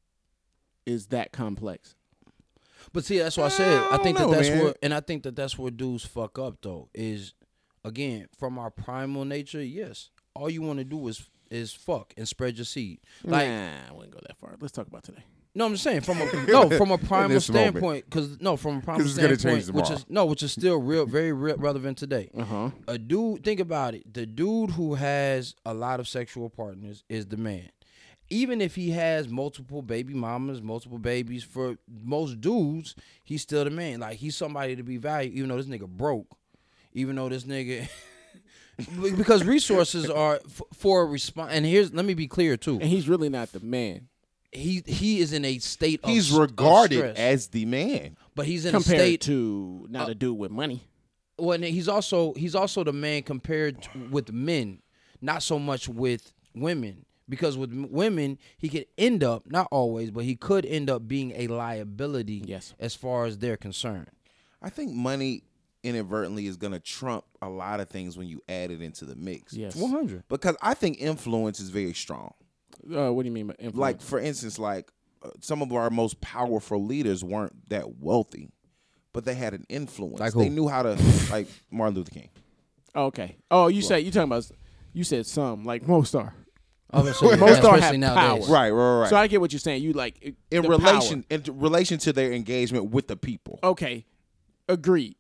Speaker 1: is that complex.
Speaker 2: But see, that's what I said.
Speaker 3: I
Speaker 2: I
Speaker 3: don't
Speaker 2: think that
Speaker 3: know,
Speaker 2: that's
Speaker 3: man.
Speaker 2: what, and I think that that's where dudes fuck up though. Is again from our primal nature. Yes, all you want to do is is fuck and spread your seed. Like
Speaker 1: nah, I wouldn't go that far. Let's talk about today.
Speaker 2: no, I'm saying from
Speaker 3: *laughs*
Speaker 2: a no from a primal
Speaker 3: this moment.
Speaker 2: standpoint. Because no, from a primal
Speaker 3: 'Cause it's gonna
Speaker 2: standpoint,
Speaker 3: change
Speaker 2: which
Speaker 3: tomorrow. Uh-huh.
Speaker 2: is no, which is still real, very real, relevant today.
Speaker 1: Uh huh.
Speaker 2: A dude, think about it. The dude who has a lot of sexual partners is the man. Even if he has multiple baby mamas, multiple babies, for most dudes, he's still the man. Like he's somebody to be valued, even though this nigga broke, even though this nigga. *laughs* Be- because resources are f- for a response, and here's let me be clear too.
Speaker 1: And he's really not the man.
Speaker 2: He he is in a state. Of,
Speaker 3: He's
Speaker 2: Oh, s- of
Speaker 3: regarded
Speaker 2: stress,
Speaker 3: as the man.
Speaker 2: but he's in a
Speaker 1: compared
Speaker 2: state
Speaker 1: to not a dude with money.
Speaker 2: well, and he's also he's also the man compared t- with men, not so much with women. Because with m- women, he could end up not always, but he could end up being a liability.
Speaker 1: Yes.
Speaker 2: as far as they're concerned.
Speaker 3: I think money inadvertently is going to trump a lot of things when you add it into the mix.
Speaker 1: Yes.
Speaker 2: hundred.
Speaker 3: Because I think influence is very strong.
Speaker 1: Uh, what do you mean by influence?
Speaker 3: Like for instance, like uh, some of our most powerful leaders weren't that wealthy, but they had an influence.
Speaker 2: Like
Speaker 3: They
Speaker 2: who?
Speaker 3: knew how to like Martin Luther King.
Speaker 1: okay. Oh, you say you talking about? You said some like most are.
Speaker 2: Obviously,
Speaker 1: Most don't have
Speaker 2: especially nowadays.
Speaker 1: power.
Speaker 3: Right, right, right.
Speaker 1: So I get what you're saying. You like it-
Speaker 3: in
Speaker 1: the Oh,
Speaker 3: relation in relation to their engagement with the people.
Speaker 1: power. Okay, agreed.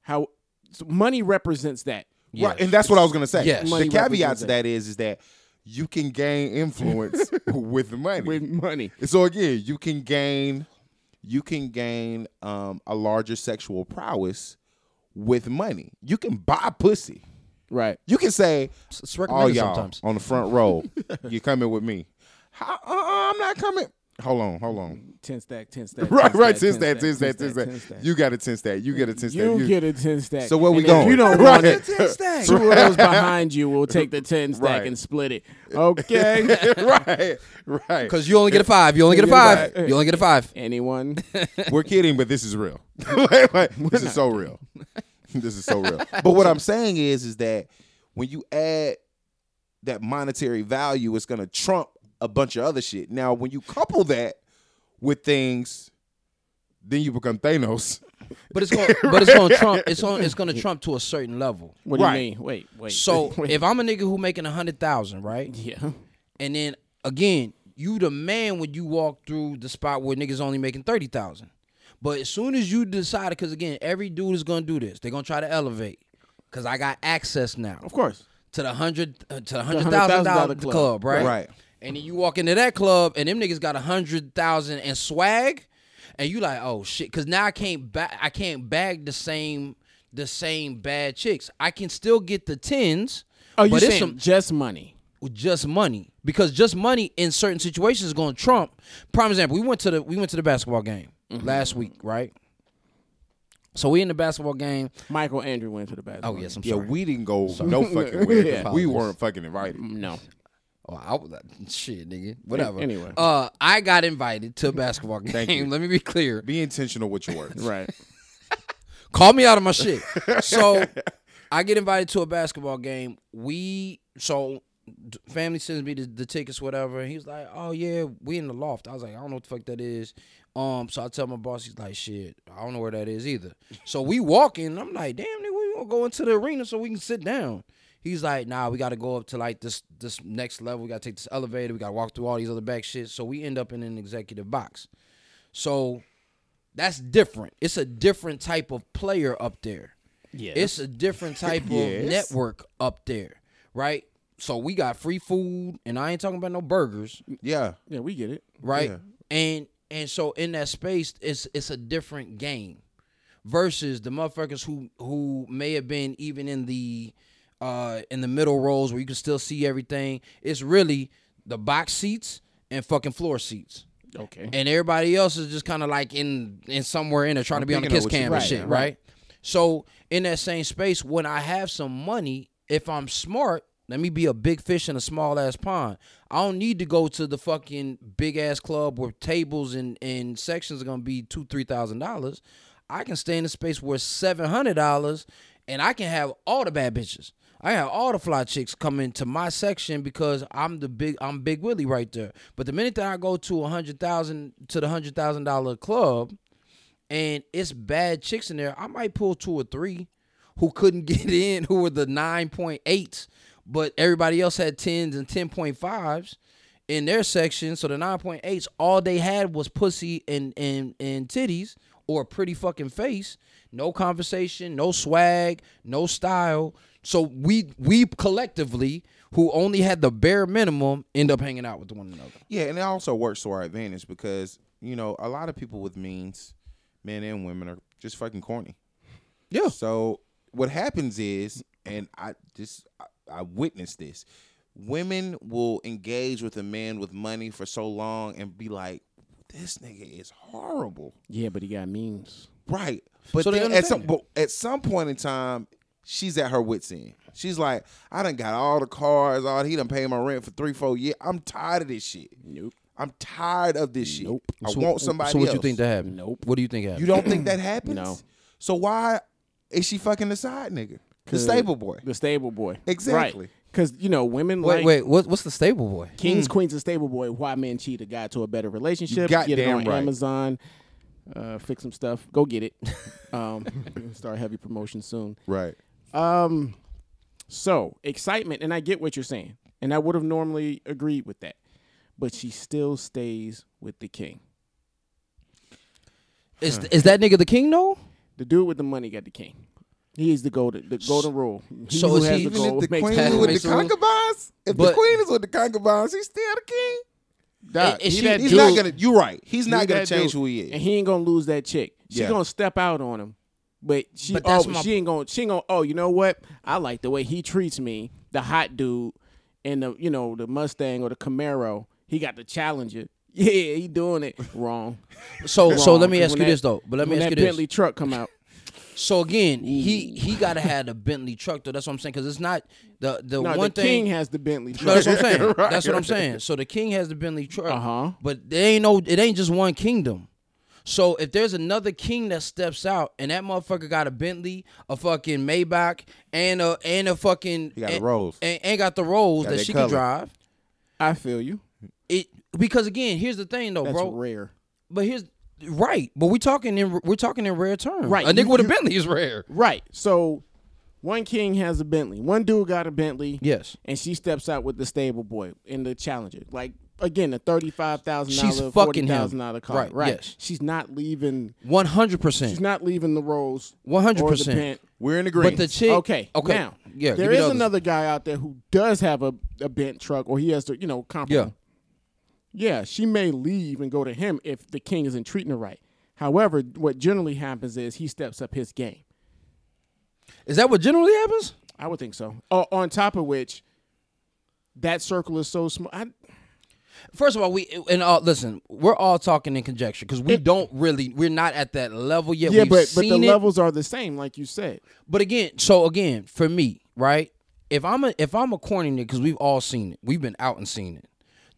Speaker 1: How so money represents that.
Speaker 3: Right, and that's what I was gonna say.
Speaker 2: Yes.
Speaker 1: Money
Speaker 3: The caveat
Speaker 1: represents
Speaker 3: to
Speaker 1: it.
Speaker 3: that is is that you can gain influence *laughs* *laughs* with money.
Speaker 1: With money,
Speaker 3: And so again, you can gain you can gain um, a larger sexual prowess with money. You can buy pussy.
Speaker 1: right?
Speaker 3: You can say,
Speaker 2: It's
Speaker 3: "All
Speaker 2: recommended
Speaker 3: y'all
Speaker 2: sometimes.
Speaker 3: *laughs* on the front row, you coming with me." How, uh, I'm not coming. Hold on, hold on.
Speaker 1: Ten stack, ten stack.
Speaker 3: *laughs* Right,
Speaker 1: ten
Speaker 3: right.
Speaker 1: stack,
Speaker 3: Since that, since that, since that. You got a ten stack. You get a ten stack.
Speaker 1: You get a ten stack.
Speaker 3: So where we
Speaker 1: And if
Speaker 3: going?
Speaker 1: you don't
Speaker 3: *laughs* Right.
Speaker 1: want it.
Speaker 2: Ten stacks.
Speaker 1: Two of those behind you will take the
Speaker 3: *laughs*
Speaker 1: ten stack
Speaker 3: Right.
Speaker 1: and split it.
Speaker 3: *laughs*
Speaker 1: Okay.
Speaker 3: right, right.
Speaker 2: Because you only get a five. You only get
Speaker 3: *laughs*
Speaker 2: a
Speaker 1: You get a
Speaker 2: five. You only get a five.
Speaker 1: Anyone?
Speaker 3: We're kidding, but this is real. *laughs* Like, like, this is so *laughs* real. this is so real. But what I'm saying is, is that when you add that monetary value, it's going to trump a bunch of other shit. Now, when you couple that with things, then you become Thanos.
Speaker 2: But it's going. but it's going to trump. It's on. It's going to trump to a certain level.
Speaker 1: What do you
Speaker 3: Right.
Speaker 1: mean? Wait, wait.
Speaker 3: *laughs*
Speaker 2: So if I'm a nigga who making a hundred thousand,
Speaker 1: *laughs*
Speaker 2: right,
Speaker 1: yeah.
Speaker 2: and then again, you the man when you walk through the spot where niggas only making thirty thousand. But as soon as you decide, because again, every dude is gonna do this. They're gonna try to elevate. Cause I got access now
Speaker 1: Of course.
Speaker 2: to the hundred uh, to the hundred thousand dollar
Speaker 1: $100,000
Speaker 2: club,
Speaker 1: club.
Speaker 2: right?
Speaker 3: Right.
Speaker 2: And then you walk into that club, and them niggas got a hundred thousand and swag, and you like, oh shit, because now I can't ba- I can't bag the same the same bad chicks. I can still get the tens.
Speaker 1: Oh, you
Speaker 2: but
Speaker 1: saying
Speaker 2: it's some
Speaker 1: just money?
Speaker 2: with just money because just money in certain situations is going to trump. Prime example: we went to the we went to the basketball game last week, right? So we in the basketball game.
Speaker 1: Michael Andrew went to the basketball.
Speaker 2: Oh yes, I'm
Speaker 3: Yeah,
Speaker 2: sorry.
Speaker 3: we didn't go *laughs* no fucking way.
Speaker 1: Yeah.
Speaker 3: We weren't fucking invited.
Speaker 1: game. No.
Speaker 2: Oh, I was shit, nigga. Whatever.
Speaker 1: anyway.
Speaker 2: uh, I got invited to a basketball *laughs* game. Let me be clear.
Speaker 3: Be intentional with your words.
Speaker 1: Right.
Speaker 2: Call me out of my shit. So I get invited to a basketball game. We so d- family sends me the, the tickets, whatever. And he was like, "Oh yeah, we in the loft." I was like, "I don't know what the fuck that is." Um, so I tell my boss, he's like, "Shit, I don't know where that is either." So we walk in. I'm like, "Damn, nigga, we gonna go into the arena so we can sit down." He's like, "Nah, we got to go up to like this this next level. We got to take this elevator. We got to walk through all these other back shit." So we end up in an executive box. So that's different. It's a different type of player up there.
Speaker 1: Yeah.
Speaker 2: It's a
Speaker 3: *laughs*
Speaker 2: different type of
Speaker 3: Yes.
Speaker 2: network up there, right? So we got free food, and I ain't talking about no burgers,
Speaker 3: Yeah.
Speaker 1: yeah, we get it.
Speaker 2: right?
Speaker 3: Yeah.
Speaker 2: And and so in that space, it's it's a different game versus the motherfuckers who who may have been even in the uh in the middle rows where you can still see everything. It's really the box seats and fucking floor seats
Speaker 1: Okay.
Speaker 2: and everybody else is just kind of like in in somewhere in there trying to be on the kiss
Speaker 3: thinking of what you-
Speaker 2: cam and
Speaker 3: right,
Speaker 2: shit, right.
Speaker 1: right.
Speaker 2: So in that same space, when I have some money, if I'm smart, let me be a big fish in a small ass pond. I don't need to go to the fucking big ass club where tables and and sections are gonna be two three thousand dollars. I can stay in a space where seven hundred dollars, and I can have all the bad bitches. I have all the fly chicks come into my section because I'm the big I'm Big Willie right there. But the minute that I go to a hundred thousand to the hundred thousand dollar club, and it's bad chicks in there, I might pull two or three who couldn't *laughs* get in, who were the nine point eights, but everybody else had tens and ten point fives in their section. So the nine point eights, all they had was pussy and and and titties or a pretty fucking face. No conversation, no swag, no style. So we we collectively who only had the bare minimum end up hanging out with one another.
Speaker 3: Yeah, and it also works to our advantage because you know a lot of people with means, men and women, are just fucking corny.
Speaker 2: Yeah.
Speaker 3: So what happens is, and I just I, I witnessed this, women will engage with a man with money for so long and be like, "This nigga is horrible,"
Speaker 1: yeah, but he got memes.
Speaker 3: right? But
Speaker 2: So they
Speaker 3: then at
Speaker 2: understand
Speaker 3: some but at some point in time. She's at her wits end. She's like, I done got all the cars, all he done paid my rent for three, four years. I'm tired of this shit.
Speaker 1: Nope.
Speaker 3: I'm tired of this shit. I want somebody
Speaker 2: So what
Speaker 3: else.
Speaker 2: you think that happened?
Speaker 1: Nope.
Speaker 2: What do you think happened?
Speaker 3: You don't think
Speaker 2: *clears throat*
Speaker 3: that happens?
Speaker 1: No.
Speaker 3: So why is she fucking the side nigga? The stable boy.
Speaker 1: The stable boy.
Speaker 3: Exactly.
Speaker 1: Because, you know, women
Speaker 2: Wait,
Speaker 1: like
Speaker 2: wait. What, what's the stable boy?
Speaker 1: kings, queens, and stable boy. Why men cheat a guy to a better relationship?
Speaker 3: Hmm. You
Speaker 1: get it
Speaker 3: goddamn
Speaker 1: on
Speaker 3: right.
Speaker 1: Amazon. Uh, fix some stuff. Go get it. *laughs* Um, start heavy promotion soon.
Speaker 3: Right.
Speaker 1: Um, so excitement, and I get what you're saying, and I would have normally agreed with that, but she still stays with the king.
Speaker 2: Is is that nigga the king though?
Speaker 1: The dude with the money got the king. He is the golden, the golden rule. He
Speaker 2: so
Speaker 1: who
Speaker 2: is
Speaker 1: has
Speaker 2: he-
Speaker 1: the
Speaker 3: Even
Speaker 1: gold
Speaker 3: if
Speaker 1: *laughs*
Speaker 3: the
Speaker 1: makes
Speaker 3: queen
Speaker 1: the
Speaker 3: is
Speaker 1: gold.
Speaker 3: with
Speaker 2: makes
Speaker 3: the
Speaker 2: the rule.
Speaker 3: concubines, if
Speaker 2: But-
Speaker 3: the queen is with the concubines, he's still the king. Dog,
Speaker 2: is
Speaker 3: he-
Speaker 2: she-
Speaker 3: he's
Speaker 2: dude-
Speaker 3: not gonna. You're right. He's not
Speaker 1: He's
Speaker 3: gonna
Speaker 1: that
Speaker 3: change
Speaker 1: dude.
Speaker 3: who he
Speaker 1: and
Speaker 3: is.
Speaker 1: he ain't gonna lose that chick. She
Speaker 3: Yeah.
Speaker 1: gonna step out on him, but she
Speaker 2: But that's
Speaker 1: oh,
Speaker 2: my-
Speaker 1: she ain't gonna she ain't gonna oh you know what I like the way he treats me, the hot dude, and the you know the Mustang or the Camaro. He got to challenge it. *laughs* Yeah, he doing it wrong.
Speaker 2: So so
Speaker 1: Wrong,
Speaker 2: let me
Speaker 1: 'cause
Speaker 2: ask you
Speaker 1: when that-
Speaker 2: this though. But let me
Speaker 1: when that
Speaker 2: ask you this.
Speaker 1: Bentley truck come out.
Speaker 2: So again, he he gotta have the Bentley truck though. That's what I'm saying. Cause it's not the the
Speaker 1: No,
Speaker 2: *laughs* one
Speaker 1: the
Speaker 2: thing.
Speaker 1: king has the Bentley
Speaker 2: no,
Speaker 1: truck.
Speaker 2: that's what I'm
Speaker 1: *laughs*
Speaker 2: saying. that's what I'm saying. So the king has the Bentley truck.
Speaker 1: Uh-huh.
Speaker 2: But there ain't no. It ain't just one kingdom. So if there's another king that steps out and that motherfucker got a Bentley, a fucking Maybach, and a and a fucking
Speaker 3: He got the
Speaker 2: and,
Speaker 3: Rolls.
Speaker 2: and, and got the Rolls
Speaker 3: Got
Speaker 2: that
Speaker 3: that
Speaker 2: she
Speaker 3: color.
Speaker 2: can drive.
Speaker 1: I feel you.
Speaker 2: It because again, here's the thing though,
Speaker 1: That's
Speaker 2: bro.
Speaker 1: rare.
Speaker 2: But here's right. But we talking in we're talking in rare terms.
Speaker 1: Right.
Speaker 2: A nigga
Speaker 1: You-
Speaker 2: with a
Speaker 1: you-
Speaker 2: Bentley is rare.
Speaker 1: Right. So one king has a Bentley. One dude got a Bentley.
Speaker 2: Yes.
Speaker 1: And she steps out with the stable boy in the challenger. Like again, a thirty-five thousand
Speaker 2: She's
Speaker 1: dollar,
Speaker 2: fucking
Speaker 1: forty
Speaker 2: him.
Speaker 1: thousand dollar car.
Speaker 2: Right, yes.
Speaker 1: She's not leaving.
Speaker 2: One hundred
Speaker 1: She's
Speaker 2: percent.
Speaker 1: not leaving the Rolls.
Speaker 2: One hundred
Speaker 1: or the
Speaker 2: percent.
Speaker 1: Bent.
Speaker 3: We're in
Speaker 2: But
Speaker 3: agreement.
Speaker 2: the chick.
Speaker 1: Okay.
Speaker 2: Okay.
Speaker 1: Now,
Speaker 2: yeah. give
Speaker 1: there
Speaker 2: me the
Speaker 1: is
Speaker 2: others.
Speaker 1: another guy out there who does have a, a bent truck, or he has to, you know,
Speaker 2: Yeah.
Speaker 1: comparable. Yeah, she may leave and go to him if the king isn't treating her right. However, what generally happens is he steps up his game.
Speaker 2: Is that what generally happens?
Speaker 1: I would think so. O- on top of which, that circle is so small. I,
Speaker 2: First of all, we and all listen. We're all talking in conjecture because we don't really. We're not at that level yet.
Speaker 1: yeah,
Speaker 2: We've
Speaker 1: but but
Speaker 2: seen
Speaker 1: the
Speaker 2: it.
Speaker 1: levels are the same, like you said.
Speaker 2: But again, so again, for me, right? If I'm a if I'm a corny nigga, because we've all seen it, we've been out and seen it.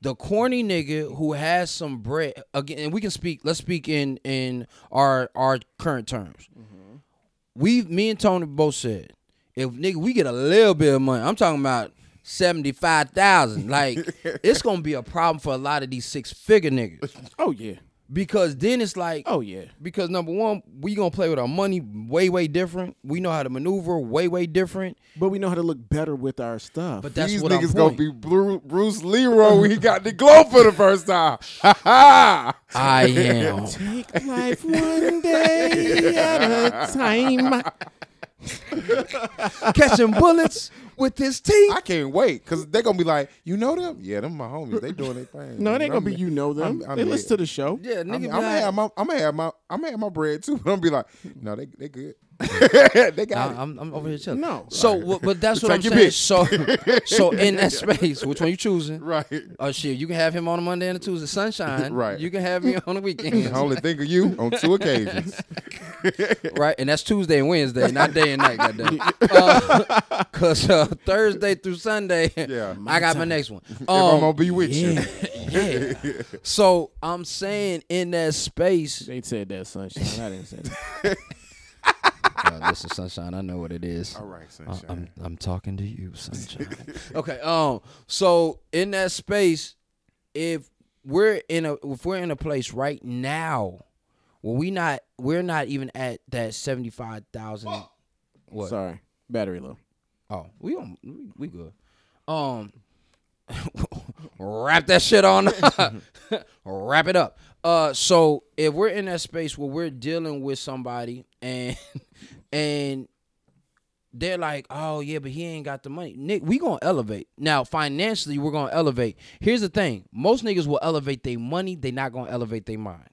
Speaker 2: The corny nigga who has some bread again, and we can speak. Let's speak in in our our current terms. We, me and Tony both said, if nigga we get a little bit of money, I'm talking about seventy five thousand. Like it's gonna be a problem for a lot of these six figure niggas
Speaker 1: Oh yeah,
Speaker 2: because then it's like,
Speaker 1: oh yeah.
Speaker 2: because number one, we gonna play with our money way, way different. We know how to maneuver way, way different.
Speaker 1: But we know how to look better with our stuff. *laughs*
Speaker 2: But that's
Speaker 3: These
Speaker 2: what
Speaker 3: niggas
Speaker 2: I'm going
Speaker 3: gonna be Bru- Bruce Leroy when he got the glow for the first time. *laughs* Ha ha!
Speaker 2: I am.
Speaker 1: Take life one day at a *laughs* time.
Speaker 2: *laughs* Catching bullets with his teeth.
Speaker 3: I can't wait because they're gonna be like, you know them? Yeah, them my homies. They doing their thing.
Speaker 1: No, it ain't
Speaker 3: I'm
Speaker 1: gonna be
Speaker 3: in-
Speaker 1: you know them.
Speaker 3: I'm- I'm
Speaker 1: they
Speaker 3: in.
Speaker 1: listen to the show.
Speaker 2: yeah,
Speaker 3: I'm, I'm
Speaker 2: nigga.
Speaker 3: gonna
Speaker 2: be like,
Speaker 3: have my, I'm gonna have my, I'm gonna have my bread too. *laughs* But I'm gonna be like, no, they, they good. *laughs* they got
Speaker 2: nah, I'm, I'm over here chilling.
Speaker 1: No.
Speaker 2: So, wha- but that's what I'm
Speaker 3: Take
Speaker 2: saying.
Speaker 3: your
Speaker 2: So, *laughs* so in that space, which one you choosing?
Speaker 3: it right.
Speaker 2: Oh shit, you can have him on a Monday and a Tuesday, sunshine.
Speaker 3: *laughs* Right.
Speaker 2: You can have me on the weekend.
Speaker 3: *laughs* I only think of you on
Speaker 2: *laughs*
Speaker 3: two occasions.
Speaker 2: right? And that's Tuesday and Wednesday, not day and night.
Speaker 3: *laughs*
Speaker 2: Goddamn. Uh, *laughs* Cause uh, Thursday through Sunday,
Speaker 3: Yeah.
Speaker 2: I got my next one.
Speaker 3: *laughs* if I'm
Speaker 2: Um,
Speaker 3: gonna be with you.
Speaker 2: yeah. So I'm saying in that space.
Speaker 1: They said that, sunshine. I didn't say that.
Speaker 2: Uh, listen, sunshine, I know what it is.
Speaker 3: All right,
Speaker 2: Uh,
Speaker 3: sunshine.
Speaker 2: I'm I'm talking to you, sunshine. *laughs* okay. Um. So in that space, if we're in a if we're in a place right now where we not we're not even at that seventy five thousand. *laughs* What?
Speaker 1: Sorry, battery low.
Speaker 2: Oh, we on we, we good. Um, *laughs* wrap that shit on. *laughs* wrap it up. Uh, so if we're in that space where we're dealing with somebody and *laughs* and they're like, oh yeah, but he ain't got the money. Nick, we gonna elevate now financially. We're gonna elevate. Here's the thing: most niggas will elevate their money. They not gonna elevate their mind.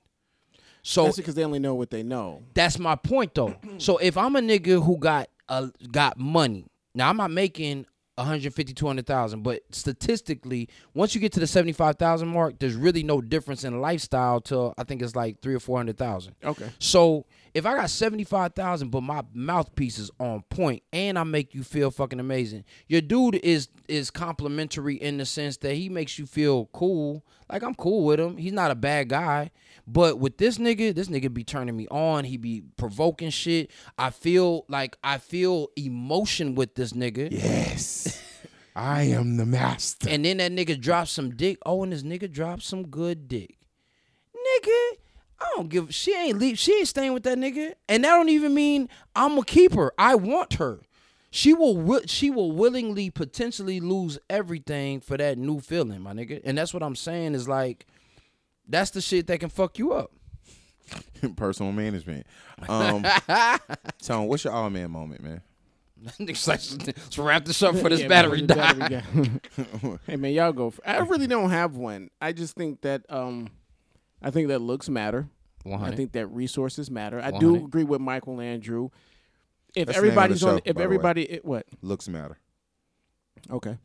Speaker 2: So
Speaker 1: That's because they only know what they know.
Speaker 2: that's my point though. So if I'm a nigga who got uh, got money, now I'm not making 150, 200,000, but statistically, once you get to the 75,000 mark, there's really no difference in lifestyle till I think it's like three or 400,000.
Speaker 1: Okay.
Speaker 2: So if I got 75,000, but my mouthpiece is on point and I make you feel fucking amazing, your dude is is complimentary in the sense that he makes you feel cool. Like I'm cool with him. He's not a bad guy. But with this nigga, this nigga be turning me on. He be provoking shit. I feel like I feel emotion with this nigga.
Speaker 3: yes, *laughs* I am
Speaker 2: *laughs*
Speaker 3: the master.
Speaker 2: And then that nigga drops some dick. Oh, and this nigga drops some good dick. Nigga, I don't give. She ain't leave. She ain't staying with that nigga. And that don't even mean I'm a keeper. I want her. She will. wi- She will willingly potentially lose everything for that new feeling, my nigga. And that's what I'm saying is like, that's the shit that can fuck you up. *laughs*
Speaker 3: Personal management. Um, Tone, what's your all man moment, man?
Speaker 2: Nigga's like, Let's wrap this up for this
Speaker 1: Yeah,
Speaker 2: battery
Speaker 1: the
Speaker 2: die.
Speaker 1: battery guy. *laughs* hey man, y'all go. For, I really don't have one. I just think that um, I think that looks matter.
Speaker 2: 100.
Speaker 1: I think that resources matter. I
Speaker 2: 100.
Speaker 1: do agree with Michael Andrew. If
Speaker 3: That's the name of the
Speaker 1: everybody's
Speaker 3: show,
Speaker 1: on, if
Speaker 3: by the way.
Speaker 1: everybody, it, what?
Speaker 3: Looks matter.
Speaker 1: Okay.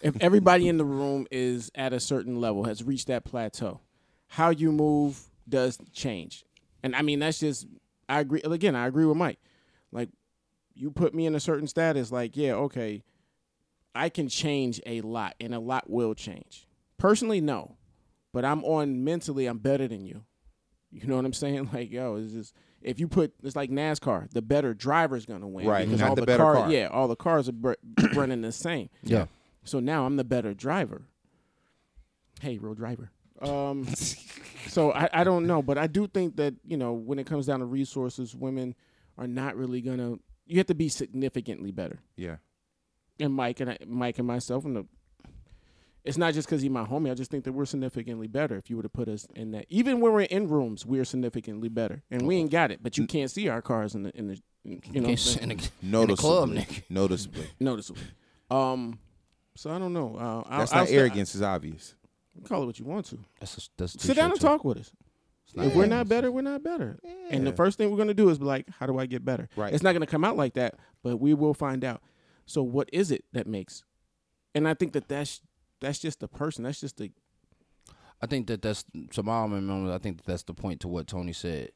Speaker 1: if everybody in the room is at a certain level, has reached that plateau, how you move does change. And I mean, that's just, I agree. Again, I agree with Mike. Like, you put me in a certain status, like, yeah, okay, I can change a lot and a lot will change. Personally, no. But I'm on mentally, I'm better than you. You know what I'm saying? *laughs* Like, yo, it's just if you put it's like NASCAR, the better driver's gonna win,
Speaker 3: Right,
Speaker 1: Because
Speaker 3: not
Speaker 1: all
Speaker 3: the
Speaker 1: the,
Speaker 3: better
Speaker 1: cars,
Speaker 3: car.
Speaker 1: yeah, all the cars are br- *coughs* running the same.
Speaker 2: Yeah.
Speaker 1: So now I'm the better driver. Hey, real driver. Um, so I, I don't know, but I do think that you know when it comes down to resources, women are not really gonna. You have to be significantly better.
Speaker 3: Yeah.
Speaker 1: And Mike and I, Mike and myself, and the, it's not just because he's my homie. I just think that we're significantly better. If you were to put us in that, even when we're in rooms, we're significantly better, and we ain't got it. But you can't see our cars in the in the you
Speaker 2: *laughs*
Speaker 1: know what I'm saying?
Speaker 2: in, the, in the
Speaker 3: Noticeably.
Speaker 2: club, nigga.
Speaker 3: Noticeably.
Speaker 1: noticeably. Um, so *laughs* I don't know. Uh, I'll-
Speaker 3: That's
Speaker 1: I'll
Speaker 3: not
Speaker 1: say-
Speaker 3: arrogance, it's obvious.
Speaker 1: Call it what you want to.
Speaker 2: That's a, that's a
Speaker 1: sit down
Speaker 2: t-shirt
Speaker 1: and
Speaker 2: too.
Speaker 1: talk with us. If we're not better, we're not better. And the first thing we're going to do is be like, how do I get better?
Speaker 3: Right.
Speaker 1: It's not going to come out like that, but we will find out. So what is it that makes? And I think that that's that's just the person. That's just the
Speaker 2: I think that that's to my humble moment. I think that that's the point to what Tony said.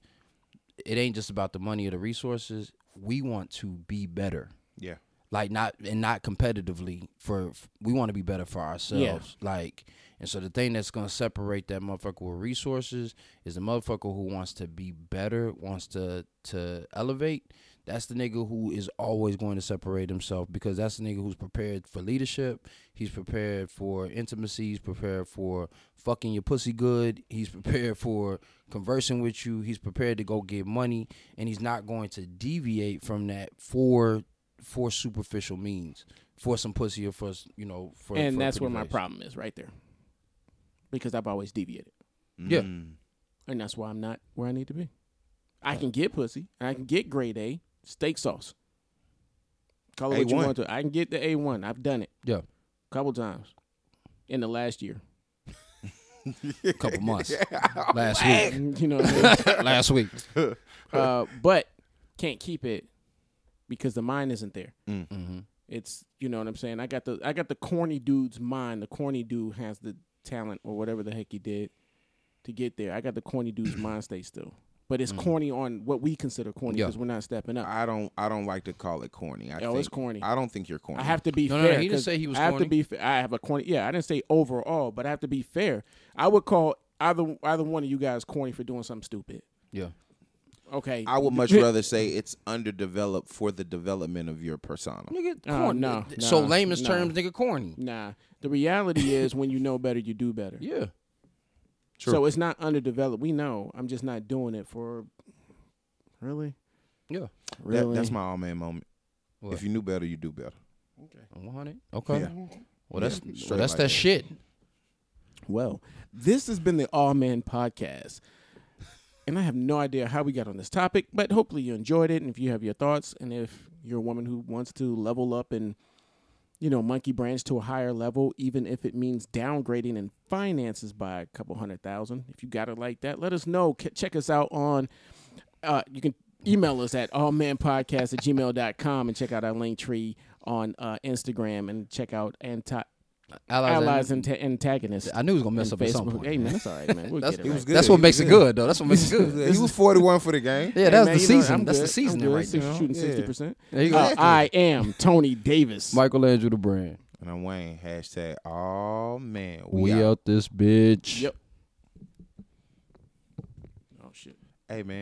Speaker 2: It ain't just about the money or the resources. We want to be better,
Speaker 3: Yeah.
Speaker 2: like not and not competitively. For we want to be better for ourselves, like. And so the thing that's gonna separate that motherfucker with resources is the motherfucker who wants to be better, wants to to elevate. That's the nigga who is always going to separate himself because that's the nigga who's prepared for leadership. He's prepared for intimacy. He's prepared for fucking your pussy good. He's prepared for conversing with you. He's prepared to go get money, and he's not going to deviate from that for for superficial means, for some pussy or for you know. For,
Speaker 1: and
Speaker 2: for a
Speaker 1: that's
Speaker 2: pretty
Speaker 1: where my
Speaker 2: face.
Speaker 1: problem is right there. Because I've always deviated,
Speaker 2: Yeah.
Speaker 3: Mm.
Speaker 1: and that's why I'm not where I need to be. I can get pussy, and I can get grade A steak sauce. Call it what you
Speaker 3: A1.
Speaker 1: want to. I can get the A one. I've done it
Speaker 2: Yeah,
Speaker 1: a couple times in the last year.
Speaker 2: a couple *laughs* months last
Speaker 1: *laughs*
Speaker 2: week.
Speaker 1: you know. What I mean?
Speaker 2: last week.
Speaker 1: uh, but can't keep it because the mind isn't there.
Speaker 2: Mhm.
Speaker 1: It's you know what I'm saying. I got the I got the corny dude's mind. The corny dude has the talent or whatever the heck he did to get there. I got the corny dude's mind state still, but it's corny on what we consider corny
Speaker 2: Mm. Yeah.
Speaker 1: because we're not stepping up. I,
Speaker 3: I don't I don't like to call it corny. I
Speaker 1: Yo,
Speaker 3: think,
Speaker 1: it's corny.
Speaker 3: I don't think you're corny.
Speaker 1: have to be
Speaker 2: No, no, no,
Speaker 1: fair.
Speaker 2: he didn't
Speaker 1: 'cause
Speaker 2: say he was
Speaker 1: I have
Speaker 2: corny.
Speaker 1: to be. fa- I have a corny. Yeah, I didn't say overall, but I have to be fair. I would call either either one of you guys corny for doing something stupid.
Speaker 2: Yeah.
Speaker 1: Okay, *laughs*
Speaker 3: I would much rather say it's underdeveloped for the development of your persona.
Speaker 2: Nigga,
Speaker 1: Oh,
Speaker 2: corny.
Speaker 1: no,
Speaker 2: so
Speaker 1: no,
Speaker 2: layman's
Speaker 1: no.
Speaker 2: terms, nigga, corny.
Speaker 1: Nah, the reality is when you know better, you do better.
Speaker 2: Yeah.
Speaker 3: True.
Speaker 1: So it's not underdeveloped. We know. I'm just not doing it for. Really?
Speaker 2: Yeah.
Speaker 3: That-
Speaker 1: Really?
Speaker 3: that's my all man moment.
Speaker 2: What?
Speaker 3: If you knew better, you do better.
Speaker 2: 100. Okay.
Speaker 3: Yeah.
Speaker 2: Well, that's
Speaker 3: Yeah, straight
Speaker 2: well, that's
Speaker 3: like
Speaker 2: that
Speaker 3: that.
Speaker 2: shit.
Speaker 1: Well, this has been the All Man Podcast. And I have no idea how we got on this topic, but hopefully you enjoyed it. And if you have your thoughts, and if you're a woman who wants to level up and, you know, monkey branch to a higher level, even if it means downgrading in finances by a couple hundred thousand, if you got it like that, let us know. C- Check us out on, uh, you can email us at allmanpodcast at gmail.com and check out our link tree on uh, Instagram and check out anti-
Speaker 2: Allies. and-
Speaker 1: allies and ta- antagonists.
Speaker 2: I knew he was gonna mess
Speaker 1: and
Speaker 2: up at some
Speaker 1: Facebook.
Speaker 2: point.
Speaker 1: Hey man, that's all right, man. We'll
Speaker 2: That's,
Speaker 1: get it right.
Speaker 3: good.
Speaker 2: that's what
Speaker 3: He
Speaker 2: makes
Speaker 3: was
Speaker 2: it
Speaker 3: good.
Speaker 2: good, though. *laughs* That's what makes it good.
Speaker 3: He was 41 for the game.
Speaker 2: Yeah,
Speaker 1: Hey, man,
Speaker 2: that's the
Speaker 1: you know what?
Speaker 2: season.
Speaker 1: I'm
Speaker 2: that's
Speaker 1: good.
Speaker 2: the
Speaker 1: I'm
Speaker 2: seasoning
Speaker 1: good.
Speaker 2: right
Speaker 1: Six-
Speaker 2: there.
Speaker 1: Shooting
Speaker 3: Yeah.
Speaker 1: sixty percent.
Speaker 2: There you go. *laughs*
Speaker 1: Uh, I am Tony Davis.
Speaker 2: Michael Andrew the brand.
Speaker 3: And I'm Wayne. Hashtag all man.
Speaker 2: We out this bitch.
Speaker 1: Yep. Oh shit.
Speaker 3: Hey man.